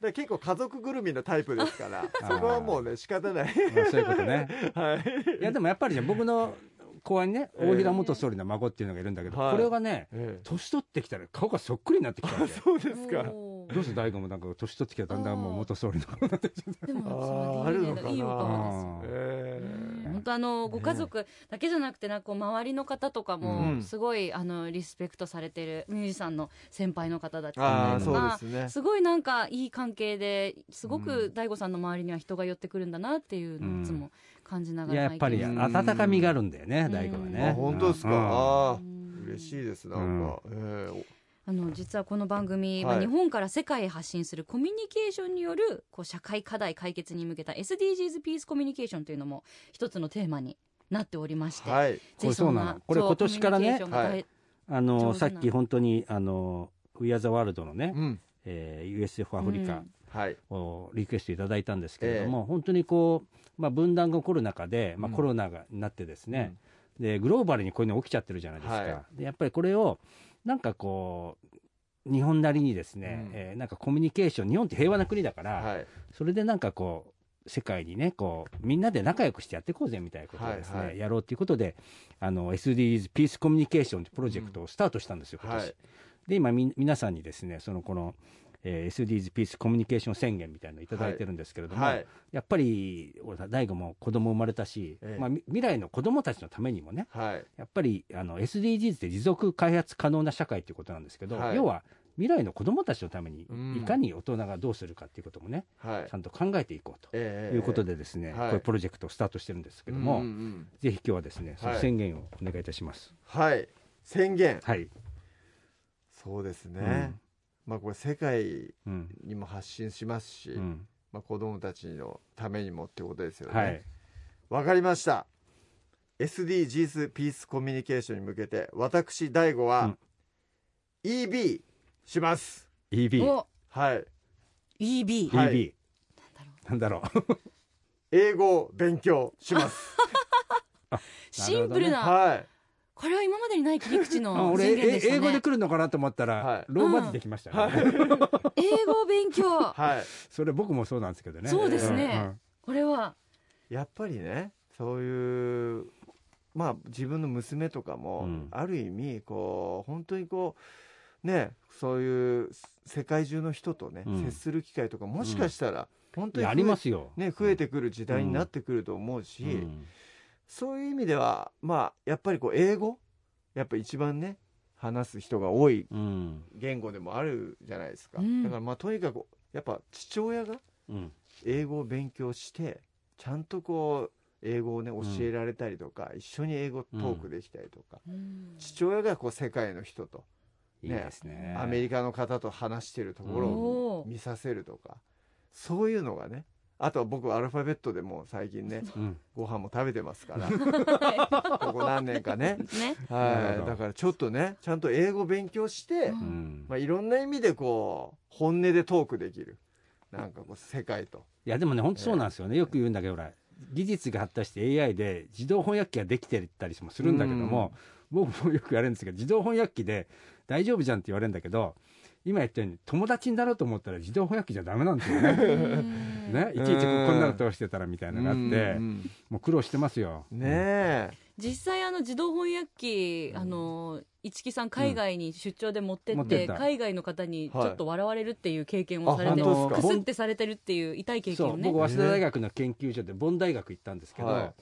[SPEAKER 4] だから結構家族ぐるみのタイプですか
[SPEAKER 2] <laughs>
[SPEAKER 4] ら
[SPEAKER 2] あー
[SPEAKER 4] そこはもうね仕方ない
[SPEAKER 2] まあそういうことね
[SPEAKER 4] <laughs> はい
[SPEAKER 2] いやでもやっぱりね僕の公園にね
[SPEAKER 4] ええ
[SPEAKER 2] 大平元総理の孫っていうのがいるんだけど、
[SPEAKER 4] はい
[SPEAKER 2] これがね
[SPEAKER 4] ええ
[SPEAKER 2] 年取ってきたら顔がそっくりになってきた
[SPEAKER 4] <laughs>
[SPEAKER 2] んで
[SPEAKER 4] そうですか
[SPEAKER 3] おー
[SPEAKER 2] どうして大悟もなんか年取ってきたらだんだんもう元総理の
[SPEAKER 3] でも
[SPEAKER 4] あー
[SPEAKER 3] その DNA が
[SPEAKER 4] あるのかない
[SPEAKER 3] いお顔ですよ
[SPEAKER 2] あー
[SPEAKER 4] <laughs> ええ
[SPEAKER 3] ねえ本当あのご家族だけじゃなくてなんかこう周りの方とか
[SPEAKER 4] う
[SPEAKER 3] も
[SPEAKER 4] ん
[SPEAKER 3] すごいあのリスペクトされてるミュージシャンの先輩の方だったり
[SPEAKER 4] ああ
[SPEAKER 3] と
[SPEAKER 4] そ
[SPEAKER 3] か
[SPEAKER 4] うですね
[SPEAKER 3] すごいなんかいい関係ですごく大悟さんの周りには人が寄ってくるんだなっていうのをいつも感じなが
[SPEAKER 2] いや
[SPEAKER 3] ら
[SPEAKER 2] やっぱり
[SPEAKER 3] 拝見し
[SPEAKER 2] 温かみがあるんだよね大悟は
[SPEAKER 3] うん
[SPEAKER 2] ね
[SPEAKER 4] あ本当ですか、
[SPEAKER 2] うん
[SPEAKER 4] ああ
[SPEAKER 3] うん
[SPEAKER 4] 嬉しいですなんか、ええ
[SPEAKER 3] あの実はこの番組、
[SPEAKER 4] はい
[SPEAKER 3] まあ日本から世界へ発信するコミュニケーションによるこう社会課題解決に向けた SDGs ピースコミュニケーションというのも一つのテーマになっておりまして、
[SPEAKER 4] はい
[SPEAKER 3] ぜひそんな
[SPEAKER 2] これそうなのこれ
[SPEAKER 3] そう
[SPEAKER 2] 今年からね
[SPEAKER 3] コミュニケーションが
[SPEAKER 2] あ
[SPEAKER 3] 大
[SPEAKER 4] は
[SPEAKER 3] 上
[SPEAKER 2] の
[SPEAKER 3] 手
[SPEAKER 2] さ
[SPEAKER 3] な
[SPEAKER 2] っき本当にあの「We Are the World」のね、
[SPEAKER 4] うん
[SPEAKER 2] えー USF アフリカ
[SPEAKER 4] はい
[SPEAKER 2] をリクエストいただいたんですけれども、本当にこう、まあ、分断が起こる中で、まあ、
[SPEAKER 4] うん
[SPEAKER 2] コロナがになってですね、でグローバルにこういうの起きちゃってるじゃないですか、
[SPEAKER 4] は
[SPEAKER 2] でやっぱりこれをなんかこう日本なりにですね、
[SPEAKER 4] うん
[SPEAKER 2] えーなんかコミュニケーション日本って平和な国だから、
[SPEAKER 4] はい
[SPEAKER 2] それでなんかこう世界にねこうみんなで仲良くしてやっていこうぜみたいなことをですね、
[SPEAKER 4] はいはい
[SPEAKER 2] やろうということであの SDGs ピースコミュニケーションってプロジェクトをスタートしたんですよ、
[SPEAKER 4] うん
[SPEAKER 2] 今年、
[SPEAKER 4] はい
[SPEAKER 2] で今み皆さんにですねそのこの、えー SDGs ピースコミュニケーション宣言みたいなのをいただいてるんですけれども、
[SPEAKER 4] はい
[SPEAKER 2] やっぱり俺さ大悟も子供生まれたし、
[SPEAKER 4] ええ
[SPEAKER 2] まあ、み未来の子供たちのためにもね
[SPEAKER 4] はい
[SPEAKER 2] やっぱりあの SDGs って持続開発可能な社会ということなんですけど、
[SPEAKER 4] はい
[SPEAKER 2] 要は未来の子供たちのために
[SPEAKER 4] うん
[SPEAKER 2] いかに大人がどうするかっていうこともね、
[SPEAKER 4] はい
[SPEAKER 2] ちゃんと考えていこうと
[SPEAKER 4] ええ
[SPEAKER 2] いうことでですね、
[SPEAKER 4] はい
[SPEAKER 2] こういうプロジェクトをスタートしてるんですけども、
[SPEAKER 4] うんうんうん
[SPEAKER 2] ぜひ今日はですね、その
[SPEAKER 4] はい
[SPEAKER 2] 宣言をお願いいたします。
[SPEAKER 4] はい宣言
[SPEAKER 2] はい。
[SPEAKER 4] そうですね、まあこれ世界
[SPEAKER 2] うん。
[SPEAKER 4] にも発信しますし、
[SPEAKER 2] うん。
[SPEAKER 4] まあ子供たちのためにもってことですよね
[SPEAKER 2] はい。
[SPEAKER 4] わかりました SDGs ピースコミュニケーションに向けて私大悟は、EB します
[SPEAKER 3] 変
[SPEAKER 2] EB。
[SPEAKER 3] お
[SPEAKER 4] はい
[SPEAKER 3] EB
[SPEAKER 4] はい
[SPEAKER 2] EB。なんだろう。
[SPEAKER 4] 英語を勉強します
[SPEAKER 3] シンプルな
[SPEAKER 4] はい
[SPEAKER 3] これは今までにない切り
[SPEAKER 2] <laughs>
[SPEAKER 3] 口
[SPEAKER 2] あ
[SPEAKER 3] の
[SPEAKER 2] 俺、
[SPEAKER 3] 宣言で
[SPEAKER 2] え
[SPEAKER 3] した
[SPEAKER 2] 英語で
[SPEAKER 3] ね
[SPEAKER 2] 来るのかなと思ったら、
[SPEAKER 4] はい
[SPEAKER 2] ローマ字できましたね。
[SPEAKER 3] 英語を勉強
[SPEAKER 4] はい
[SPEAKER 2] <laughs> それ僕もそうなんですけどね。
[SPEAKER 3] そうですね
[SPEAKER 2] んうん
[SPEAKER 3] これは
[SPEAKER 4] やっぱりねそういうまあ自分の娘とかも、
[SPEAKER 2] うん
[SPEAKER 4] ある意味こう本当にこうねそういう世界中の人とね、
[SPEAKER 2] うん
[SPEAKER 4] 接する機会とかもしかしたら、本当
[SPEAKER 2] い
[SPEAKER 4] に
[SPEAKER 2] や
[SPEAKER 4] 増え
[SPEAKER 2] ありますよ。
[SPEAKER 4] ね、増えてくる時代になってくると思うし、
[SPEAKER 2] うん
[SPEAKER 4] そういう意味ではまあやっぱりこう英語やっぱ一番ね話す人が多い
[SPEAKER 2] うん。
[SPEAKER 4] 言語でもあるじゃないですか、
[SPEAKER 3] うん
[SPEAKER 4] だからまあとにかくやっぱ父親が
[SPEAKER 2] うん。
[SPEAKER 4] 英語を勉強してちゃんとこう英語をね教
[SPEAKER 2] ん
[SPEAKER 4] えられたりとか、一緒に英語トークできたりとか、
[SPEAKER 3] うん
[SPEAKER 4] 父親がこう世界の人と、
[SPEAKER 2] いいですね。
[SPEAKER 4] アメリカの方と話してるところを
[SPEAKER 3] おー
[SPEAKER 4] 見させるとか、そういうのがねあとは僕アルファベットでもう最近ね
[SPEAKER 2] うん。
[SPEAKER 4] ご飯も食べてますから
[SPEAKER 3] <laughs>
[SPEAKER 4] ここ何年かね
[SPEAKER 3] ね
[SPEAKER 2] なる
[SPEAKER 4] は
[SPEAKER 2] ほ
[SPEAKER 4] い
[SPEAKER 2] ど
[SPEAKER 4] だからちょっとねちゃんと英語勉強して、
[SPEAKER 3] うん
[SPEAKER 2] うん
[SPEAKER 4] まあ、いろんな意味でこう本音でトークできるなんかこう世界と。
[SPEAKER 2] いやでもね本当そうなんですよね、よく言うんだけどほら技術が発達して AI で自動翻訳機ができてたりもするんだけども、僕もよく言われるんですけど自動翻訳機で大丈夫じゃんって言われるんだけど今言ったように友達になろうと思ったら自動翻訳機じゃダメなんですよ
[SPEAKER 4] <laughs>
[SPEAKER 2] ねねいちいちこんなことをしてたらみたいなのがあって、
[SPEAKER 4] うん
[SPEAKER 2] もう苦労してますよ。
[SPEAKER 4] ねえ、
[SPEAKER 3] 実際あの自動翻訳機、あの一木さん海外に出張で持って
[SPEAKER 2] 持
[SPEAKER 3] っ
[SPEAKER 2] って
[SPEAKER 3] て、
[SPEAKER 2] った
[SPEAKER 3] 海外の方にちょっと笑われるっていう経験を
[SPEAKER 4] あ
[SPEAKER 3] されて、
[SPEAKER 2] あ本当です
[SPEAKER 3] く
[SPEAKER 2] か
[SPEAKER 3] すってされてるっていう痛い経験
[SPEAKER 2] そ
[SPEAKER 3] を
[SPEAKER 2] う
[SPEAKER 3] ね
[SPEAKER 2] 僕早稲田大学の研究所でボン大学行ったんですけど、
[SPEAKER 4] はい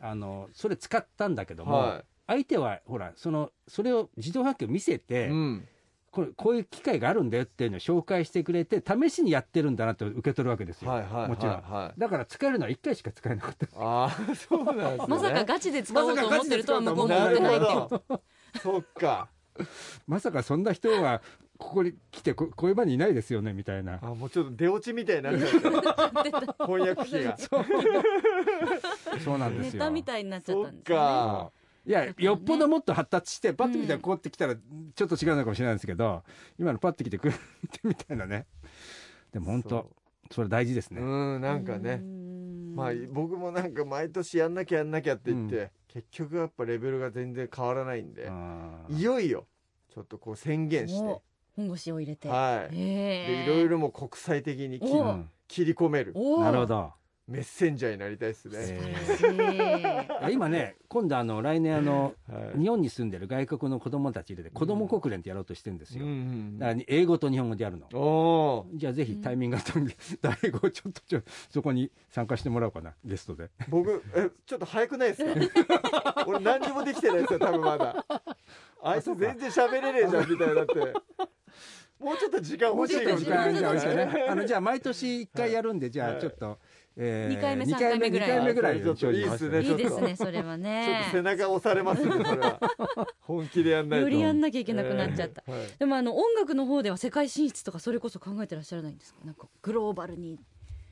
[SPEAKER 2] あのそれ使ったんだけども、
[SPEAKER 4] は
[SPEAKER 2] 相手はほらそのそれを自動翻訳機を見せ
[SPEAKER 4] い、
[SPEAKER 2] て、
[SPEAKER 4] うん、
[SPEAKER 2] これこういう機会があるんだよっていうのを紹介してくれて試しにやってるんだなと受け取るわけですよ、
[SPEAKER 4] はいはいはいはい
[SPEAKER 2] もちろんだから使えるのは1回しか使えなかった <laughs>
[SPEAKER 4] ああそうなんですね
[SPEAKER 3] まさかガチで使おうと思ってるとは向こうも思ってないっていう
[SPEAKER 4] なるほどそっか
[SPEAKER 2] まさかそんな人はここに来てここういう場にいないですよねみたいな
[SPEAKER 4] あもうちょっと出落ちみたいになっちゃった翻訳機が
[SPEAKER 2] そうなんで
[SPEAKER 3] ネ
[SPEAKER 2] す
[SPEAKER 3] タ
[SPEAKER 2] よ
[SPEAKER 3] みたいになっちゃ
[SPEAKER 4] そ
[SPEAKER 3] った
[SPEAKER 4] っ
[SPEAKER 3] んですよね
[SPEAKER 4] か
[SPEAKER 2] いや、よっぽどもっと発達してパッと見たらこうってきたらちょっと違うのかもしれないですけど、今のパッと来てくるって <laughs> みたいなねでも本当それ大事です
[SPEAKER 4] う
[SPEAKER 2] ね、
[SPEAKER 4] んなんかねまあ僕もなんか毎年やんなきゃやんなきゃって言って、
[SPEAKER 2] う
[SPEAKER 4] 結局やっぱレベルが全然変わらないんで
[SPEAKER 2] う、ん
[SPEAKER 4] いよいよちょっとこう宣言し
[SPEAKER 3] お
[SPEAKER 4] て
[SPEAKER 3] 本腰を入れて、
[SPEAKER 4] はい、
[SPEAKER 3] え
[SPEAKER 4] でいろいろもう国際的に切り
[SPEAKER 3] お
[SPEAKER 4] 切り込める
[SPEAKER 3] お
[SPEAKER 2] なるほど
[SPEAKER 4] メッセンジャーになりたいですね。
[SPEAKER 2] えー
[SPEAKER 3] 素晴らしい。
[SPEAKER 2] いや今ね今度あの来年あの
[SPEAKER 4] はい
[SPEAKER 2] 日本に住んでる外国の子供たちで子供国連ってやろうとしてるんですよ、
[SPEAKER 4] うん
[SPEAKER 2] だから英語と日本語でやるの
[SPEAKER 4] うん、おー
[SPEAKER 2] じゃあぜひタイミングがあったんで、大悟ちょっとちょそこに参加してもらおうかなゲストで
[SPEAKER 4] 僕えちょっと早くないで
[SPEAKER 3] <laughs>
[SPEAKER 4] すか俺何にもできてないですよ多分まだあいつ全然喋れねえじゃんみたいに
[SPEAKER 3] <laughs>
[SPEAKER 4] なってもうちょっと時間欲しいかもしれな
[SPEAKER 3] も
[SPEAKER 4] い
[SPEAKER 3] うちょっと時間が欲しい
[SPEAKER 2] ねあのじゃあ毎年1回やるんで、じゃあちょっと、え
[SPEAKER 3] 二回目
[SPEAKER 2] 二
[SPEAKER 3] 三回目ぐらい
[SPEAKER 2] 二回目ぐらい
[SPEAKER 4] ちょっといいっすね
[SPEAKER 3] いいですね、それは
[SPEAKER 4] ちょっと背
[SPEAKER 3] ね。
[SPEAKER 4] 中押されますねそれ
[SPEAKER 3] <laughs>
[SPEAKER 4] は本気でやんない
[SPEAKER 3] よ
[SPEAKER 4] と
[SPEAKER 3] りやんなきゃいけなくなっちゃった。
[SPEAKER 4] えーはい
[SPEAKER 3] でもあの音楽の方では世界進出とかそれこそ考えてらっしゃらないんですかなんかグローバルに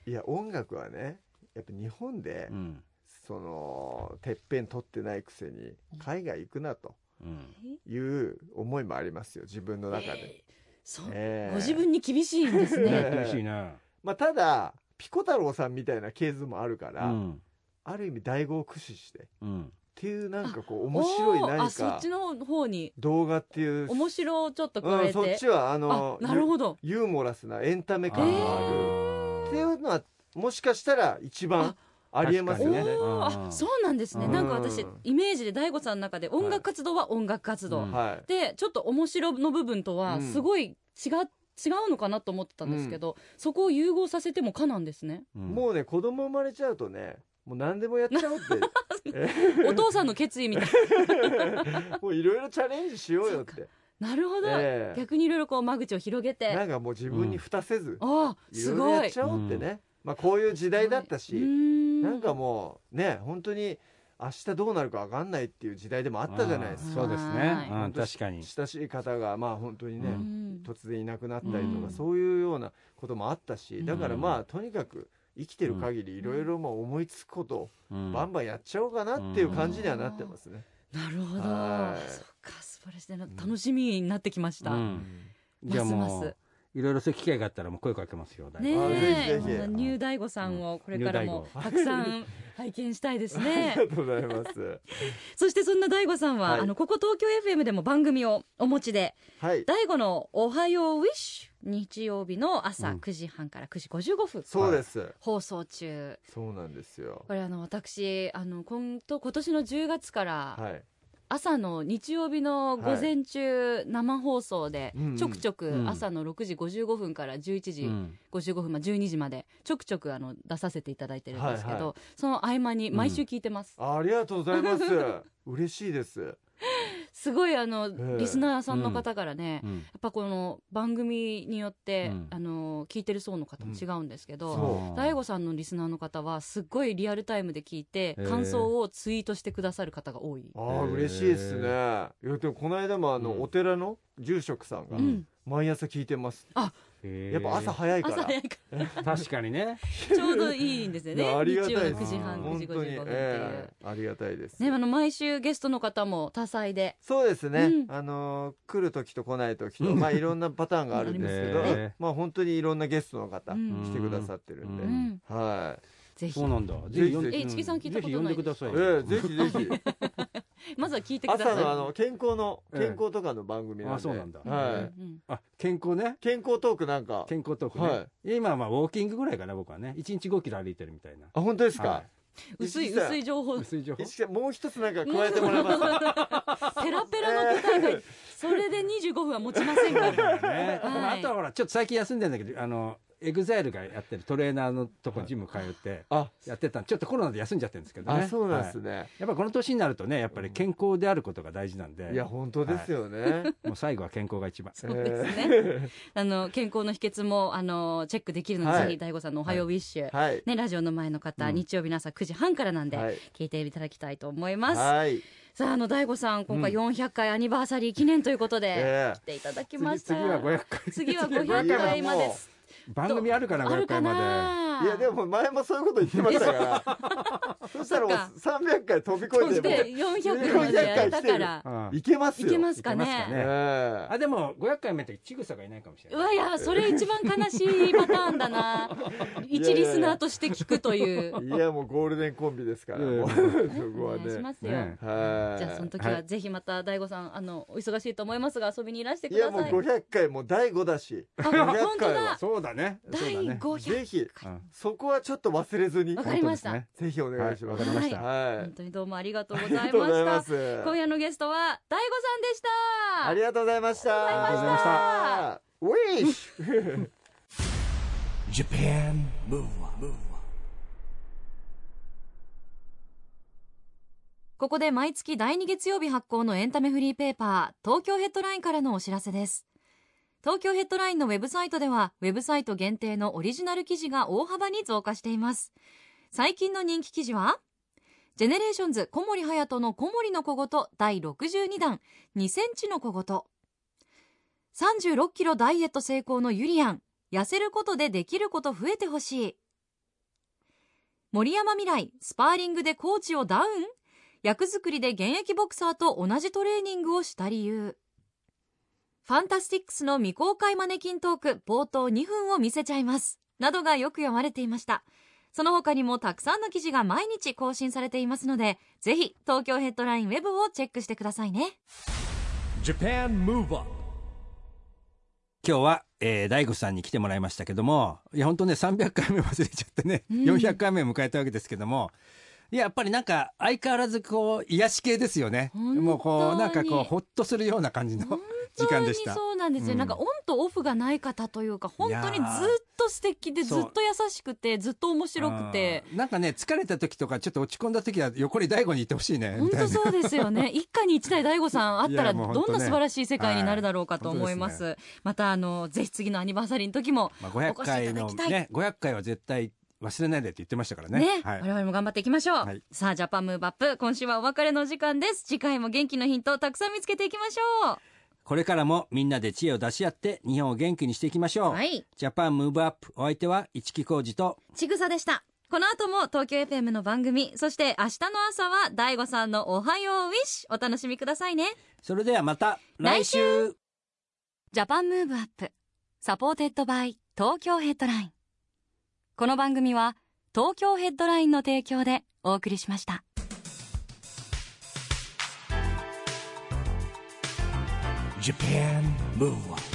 [SPEAKER 4] いや音楽はねやっぱ日本で、
[SPEAKER 2] うん
[SPEAKER 4] そのてっぺん取ってないくせに海外行くなと
[SPEAKER 2] うん
[SPEAKER 4] いう思いもありますよ自分の中で、
[SPEAKER 3] そう、
[SPEAKER 4] えー
[SPEAKER 3] ご自分に厳しいんです
[SPEAKER 2] や
[SPEAKER 3] ね
[SPEAKER 2] ってほしいな、
[SPEAKER 4] まあ、ただピコ太郎さんみたいなケースもあるか
[SPEAKER 2] う
[SPEAKER 4] ら、
[SPEAKER 2] ん
[SPEAKER 4] ある意味醍醐を駆使してっ
[SPEAKER 2] うん、
[SPEAKER 4] ていうなんかこう <laughs> 面白い
[SPEAKER 3] おーあ
[SPEAKER 4] 何
[SPEAKER 3] そっ
[SPEAKER 4] か
[SPEAKER 3] ちの方に
[SPEAKER 4] 動画っていう、
[SPEAKER 3] 面白をちょっと加
[SPEAKER 4] う
[SPEAKER 3] え
[SPEAKER 4] ん、そってち、はあ
[SPEAKER 3] あ
[SPEAKER 4] の
[SPEAKER 3] なるほど
[SPEAKER 4] ユユーモラスなエンタメ感がある、っていうのはもしかしたら一番ありえますよ
[SPEAKER 2] 確か
[SPEAKER 4] ね
[SPEAKER 2] に。
[SPEAKER 3] お
[SPEAKER 2] う
[SPEAKER 3] ーあ
[SPEAKER 2] ん
[SPEAKER 3] そうなんですね
[SPEAKER 4] うん
[SPEAKER 3] なんか私イメージで大悟さんの中で音楽活動は音楽活動、
[SPEAKER 2] うん
[SPEAKER 4] はい
[SPEAKER 3] でちょっと面白の部分とはすごい違,、違うのかなと思ってたんですけど、そこを融合させても可なんですね
[SPEAKER 2] うん
[SPEAKER 4] もうね子供生まれちゃうとねもう何でもやっちゃおうって
[SPEAKER 3] お父さんの決意みたい
[SPEAKER 4] もういろいろチャレンジしようよって、
[SPEAKER 3] ななるほど、
[SPEAKER 4] ええ
[SPEAKER 3] 逆にいろいろこう間口を広げて
[SPEAKER 4] な
[SPEAKER 3] あ
[SPEAKER 4] んかもう自分に蓋せず、
[SPEAKER 3] あ
[SPEAKER 4] い
[SPEAKER 3] す
[SPEAKER 4] ろいろ
[SPEAKER 3] ご
[SPEAKER 4] やっ
[SPEAKER 3] い
[SPEAKER 4] ちゃおうってね、まあ、こういう時代だったし、な
[SPEAKER 3] なん
[SPEAKER 4] かもうね本当に明日どうなるか分かんないっていう時代でもあったじゃないです
[SPEAKER 2] そ
[SPEAKER 4] か
[SPEAKER 2] うです
[SPEAKER 3] は
[SPEAKER 2] ね
[SPEAKER 3] い、
[SPEAKER 2] うん、確かに
[SPEAKER 4] 親しい方がまあ本当にね、
[SPEAKER 2] うん
[SPEAKER 4] 突然いなくなったりとか、
[SPEAKER 3] うん
[SPEAKER 4] そういうようなこともあったしだからまあ、
[SPEAKER 2] う
[SPEAKER 4] とにかく生きてる限りいろいろもう思いつくことを
[SPEAKER 2] うん
[SPEAKER 4] バンバンやっちゃおうかなっていう感じにはなってますね。
[SPEAKER 3] なるほど
[SPEAKER 4] はい
[SPEAKER 3] そっか素晴らしいな楽しみになってきました、
[SPEAKER 2] うんじゃあもう
[SPEAKER 3] ますます
[SPEAKER 2] いろいろそういう機会があったらもう声かけますよ大
[SPEAKER 3] ね
[SPEAKER 2] 悟
[SPEAKER 3] え、
[SPEAKER 4] あぜひぜひ
[SPEAKER 3] このニューダイゴさんをこれからもたくさん拝見したいです
[SPEAKER 4] あ
[SPEAKER 3] ね
[SPEAKER 4] りがとうございます。
[SPEAKER 3] そしてそんな大悟さんは、
[SPEAKER 4] はい
[SPEAKER 3] あのここ東京 FM でも番組をお持ちで
[SPEAKER 4] はい。
[SPEAKER 3] 大悟の「おはようウィッシュ」日曜日の朝
[SPEAKER 2] うん
[SPEAKER 3] 9時半から9時55分、
[SPEAKER 4] そうです。
[SPEAKER 3] 放送中
[SPEAKER 4] そうなんですよ。
[SPEAKER 3] これあの私あの今と今年の10月から
[SPEAKER 4] はい。
[SPEAKER 3] 朝の日曜日の午前中生放送で
[SPEAKER 4] うんうん
[SPEAKER 3] ちょくち
[SPEAKER 2] う
[SPEAKER 3] ょく
[SPEAKER 2] ん
[SPEAKER 3] 朝の6時55分から11時
[SPEAKER 2] うん
[SPEAKER 3] 55分、まあ、12時までちょくちょくあの出させていただいてるんですけど、
[SPEAKER 4] はいは
[SPEAKER 3] その合間に毎週聞いてます、
[SPEAKER 4] あありがとうございます。嬉しいです。
[SPEAKER 3] すごいあの、
[SPEAKER 4] え
[SPEAKER 3] リスナーさんの方からね、
[SPEAKER 2] う
[SPEAKER 3] や
[SPEAKER 2] ん
[SPEAKER 3] っぱこの番組によって、
[SPEAKER 2] うん
[SPEAKER 3] あの聞いてる層の方も違うんですけど、
[SPEAKER 4] うんそう
[SPEAKER 2] あー
[SPEAKER 3] 大悟さんのリスナーの方はすっごいリアルタイムで聞いて
[SPEAKER 2] へー
[SPEAKER 3] 感想をツイートしてくださる方が多い、
[SPEAKER 4] ああ嬉しいですね。いやでもこの間もあの、
[SPEAKER 2] うん
[SPEAKER 4] お寺の住職さんが
[SPEAKER 3] うん
[SPEAKER 4] 毎朝聞いてます。
[SPEAKER 2] へー
[SPEAKER 4] やっぱ朝早いか
[SPEAKER 3] 朝
[SPEAKER 4] ら。
[SPEAKER 3] 早いか
[SPEAKER 2] 確かにね
[SPEAKER 3] らちょうどいいんですよ
[SPEAKER 4] いや
[SPEAKER 3] ね
[SPEAKER 4] <laughs> あ
[SPEAKER 3] 日
[SPEAKER 4] りが
[SPEAKER 3] 曜
[SPEAKER 4] たい
[SPEAKER 3] の
[SPEAKER 4] です
[SPEAKER 3] 9時半9
[SPEAKER 4] 本
[SPEAKER 3] 時55
[SPEAKER 4] 当
[SPEAKER 3] 分っ
[SPEAKER 4] に、
[SPEAKER 3] ていう、
[SPEAKER 4] ええありがたいです。
[SPEAKER 3] ね、あの毎週ゲストの方も多彩で
[SPEAKER 4] そうですね、
[SPEAKER 3] うん
[SPEAKER 4] あのー来る時と来ない時と、まあいろんなパターンがあるんですけど、
[SPEAKER 2] ありますね
[SPEAKER 4] まあ本当にいろんなゲストの方
[SPEAKER 3] うん
[SPEAKER 4] 来てくださってるんで、
[SPEAKER 3] うん
[SPEAKER 4] はい、
[SPEAKER 3] ぜひ
[SPEAKER 2] そうなんだ
[SPEAKER 4] ぜひ
[SPEAKER 2] 呼んで
[SPEAKER 4] え
[SPEAKER 3] 市木さん聞いたこ
[SPEAKER 2] ぜ
[SPEAKER 3] と
[SPEAKER 2] ひ呼んでください
[SPEAKER 4] え
[SPEAKER 2] よ
[SPEAKER 4] えぜひ
[SPEAKER 3] <laughs>
[SPEAKER 4] ぜひ
[SPEAKER 3] まずは聞いてくださ
[SPEAKER 4] 朝
[SPEAKER 3] い
[SPEAKER 4] のあの健康の
[SPEAKER 2] ええ
[SPEAKER 4] 健康とかの番組なんで、
[SPEAKER 2] あそうなんだ
[SPEAKER 3] うんう
[SPEAKER 4] はい、
[SPEAKER 3] ん
[SPEAKER 2] あ健康ね
[SPEAKER 4] 健康トークなんか
[SPEAKER 2] 健康トークね、
[SPEAKER 4] は
[SPEAKER 2] 今はまあウォーキングぐらいかな僕はね1日5キロ歩いてるみたいな
[SPEAKER 4] あ本当ですか、
[SPEAKER 2] は
[SPEAKER 3] 薄い
[SPEAKER 4] 石井さん
[SPEAKER 3] 薄い情報
[SPEAKER 2] 薄い情報
[SPEAKER 4] 石木さんもう一つなんか加えてもらえ
[SPEAKER 2] <laughs>
[SPEAKER 4] ますか
[SPEAKER 3] ペラペラの答え
[SPEAKER 4] <laughs>
[SPEAKER 3] がそれで25分は持ちませんか
[SPEAKER 2] そうだ
[SPEAKER 3] ら、
[SPEAKER 2] よね
[SPEAKER 3] はい
[SPEAKER 2] まああとはほらちょっと最近休んでんだけどあのエグザイルがやってるトレーナーのとこにジム通って
[SPEAKER 4] あ
[SPEAKER 2] やってたちょっとコロナで休んじゃってるんですけどね
[SPEAKER 4] あそうなんです
[SPEAKER 2] はい
[SPEAKER 4] ね、
[SPEAKER 2] やっぱこの年になるとねやっぱり健康であることが大事なんで、
[SPEAKER 4] い、や本当ですよね、
[SPEAKER 2] もう最後は健康が一番
[SPEAKER 3] そうですね、
[SPEAKER 4] <laughs>
[SPEAKER 3] あの健康の秘訣もあのチェックできるので、
[SPEAKER 4] はい
[SPEAKER 3] ぜひ大悟さんの「おはようウィッシュ」
[SPEAKER 4] はい
[SPEAKER 3] ね、ラジオの前の方、
[SPEAKER 2] うん
[SPEAKER 3] 日曜日の朝9時半からなんで、
[SPEAKER 4] はい
[SPEAKER 3] 聞いていただきたいと思います、
[SPEAKER 4] はい、
[SPEAKER 3] さああの大悟さん今回
[SPEAKER 4] う
[SPEAKER 3] 400回アニバーサリー記念ということで、
[SPEAKER 4] ええ
[SPEAKER 3] 来ていただきま
[SPEAKER 2] 次
[SPEAKER 3] した
[SPEAKER 2] 次は500回
[SPEAKER 3] 次は
[SPEAKER 4] 次は
[SPEAKER 3] 500回まで
[SPEAKER 2] 番組あるかな
[SPEAKER 3] ある
[SPEAKER 2] 500
[SPEAKER 3] か
[SPEAKER 2] 回ま
[SPEAKER 3] ない
[SPEAKER 4] やでも前もそういうこと言ってましたからそしたらもう300回飛び越えて
[SPEAKER 3] で
[SPEAKER 4] も
[SPEAKER 3] 400までやったから
[SPEAKER 2] うん
[SPEAKER 4] ういけます
[SPEAKER 3] い
[SPEAKER 4] よ
[SPEAKER 3] けますか
[SPEAKER 2] いけますか
[SPEAKER 3] ね
[SPEAKER 2] ね
[SPEAKER 4] ええ
[SPEAKER 2] あでも500回目ってちぐさがいないかもしれ
[SPEAKER 3] う
[SPEAKER 2] ない
[SPEAKER 3] わいやそれ一番悲しいパターンだな一リスナーとして聞くという
[SPEAKER 4] いやもうゴールデンコンビですから
[SPEAKER 2] いやいや
[SPEAKER 4] もうそこ
[SPEAKER 3] お
[SPEAKER 4] は
[SPEAKER 3] 願いし
[SPEAKER 4] ね
[SPEAKER 3] ますよ、
[SPEAKER 2] ね
[SPEAKER 4] はい
[SPEAKER 3] じゃあその時はぜひまた大悟さんあのお忙しいと思いますが遊びにいらして
[SPEAKER 4] い
[SPEAKER 3] く
[SPEAKER 4] や
[SPEAKER 3] だ
[SPEAKER 4] もう
[SPEAKER 3] さい。
[SPEAKER 4] 500回もう第5だし
[SPEAKER 3] あ
[SPEAKER 4] 500
[SPEAKER 3] 本当
[SPEAKER 4] 回
[SPEAKER 3] だ
[SPEAKER 4] は
[SPEAKER 2] そうだね
[SPEAKER 3] 第
[SPEAKER 2] そうだね
[SPEAKER 3] 500
[SPEAKER 4] ぜひ
[SPEAKER 2] うん
[SPEAKER 4] そこはちょっと忘れずに
[SPEAKER 3] わかりました、
[SPEAKER 2] 本
[SPEAKER 4] ぜひお願いしま
[SPEAKER 2] はいわか
[SPEAKER 4] す
[SPEAKER 2] りました
[SPEAKER 4] は
[SPEAKER 3] 本
[SPEAKER 4] い
[SPEAKER 3] 当にどうもありがとうご
[SPEAKER 4] あり
[SPEAKER 3] ざ
[SPEAKER 4] が
[SPEAKER 3] い
[SPEAKER 4] とう
[SPEAKER 3] ま
[SPEAKER 4] ござい
[SPEAKER 3] し
[SPEAKER 4] ま
[SPEAKER 3] た。
[SPEAKER 4] す
[SPEAKER 3] 今夜のゲストは大悟さんでした。
[SPEAKER 4] ありがとうございました
[SPEAKER 2] ありがとうございました
[SPEAKER 4] ウィッシュ
[SPEAKER 1] Japan Move Up
[SPEAKER 3] ここで毎月第2月曜日発行のエンタメフリーペーパー、東京ヘッドラインからのお知らせです。東京ヘッドラインのウェブサイトでは、ウェブサイト限定のオリジナル記事が大幅に増加しています。最近の人気記事は、ジェネレーションズ小森隼人の小森の小言第62弾、2センチの小言。36キロダイエット成功のユリアン、痩せることでできること増えてほしい。森山未来、スパーリングでコーチをダウン役作りで現役ボクサーと同じトレーニングをした理由ファンタスティックスの未公開マネキントーク冒頭2分を見せちゃいますなどがよく読まれていましたその他にもたくさんの記事が毎日更新されていますのでぜひ東京ヘッドラインウェブをチェックしてくださいね
[SPEAKER 1] Japan Move Up
[SPEAKER 2] 今日は、えー、大悟さんに来てもらいましたけどもいや本当ね300回目忘れちゃってね、400回目を迎えたわけですけどもいややっぱりなんか相変わらずこう癒し系ですよね
[SPEAKER 3] 本当に
[SPEAKER 2] もうこうなんかこうほっとするような感じの時間でした
[SPEAKER 3] 本当にそうなんですよ、
[SPEAKER 2] うん
[SPEAKER 3] なんかオンとオフがない方というか本当にずっと素敵で
[SPEAKER 2] いや
[SPEAKER 3] ず
[SPEAKER 2] ー
[SPEAKER 3] っと優しくてずっと面白くて
[SPEAKER 2] うんなんかね疲れた時とかちょっと落ち込んだ時は横に大悟に行ってほしいね
[SPEAKER 3] 本
[SPEAKER 2] みたい
[SPEAKER 3] 当
[SPEAKER 2] な
[SPEAKER 3] そうで
[SPEAKER 2] <laughs>
[SPEAKER 3] すよね一家に一台大悟さんあった
[SPEAKER 2] い
[SPEAKER 3] ら
[SPEAKER 2] や
[SPEAKER 3] ど
[SPEAKER 2] もうん本当ね
[SPEAKER 3] な素晴らしい世界になるだろうかと
[SPEAKER 2] はい
[SPEAKER 3] 思います,、
[SPEAKER 2] 本
[SPEAKER 3] またあのぜひ次のアニバーサリーの時も
[SPEAKER 2] まあ、
[SPEAKER 3] お
[SPEAKER 2] 500
[SPEAKER 3] 越しいただ
[SPEAKER 2] 回の
[SPEAKER 3] きたい
[SPEAKER 2] ね500回は絶対忘れないでって言ってましたからね
[SPEAKER 3] ね
[SPEAKER 2] はい
[SPEAKER 3] 我々も頑張っていきましょう、
[SPEAKER 2] はい
[SPEAKER 3] さあジャパンムーブアップ今週はお別れの時間です次回も元気のヒントをたくさん見つけていきましょ
[SPEAKER 2] これからもみんなで知恵を出し合って日本を元気にしていきましょ
[SPEAKER 3] う
[SPEAKER 2] う、
[SPEAKER 3] はい
[SPEAKER 2] ジャパンムーブアップお相手は市木浩二と
[SPEAKER 3] ちぐさでしたこの後も東京 FM の番組そして明日の朝は大悟さんの「おはようウィッシュ」お楽しみくださいね
[SPEAKER 2] それではまた
[SPEAKER 3] 来
[SPEAKER 2] 週
[SPEAKER 5] ジャパンムーブアップサポーテッドバイ東京ヘッドラインこの番組は東京ヘッドラインの提供でお送りしました
[SPEAKER 1] Japan Move Up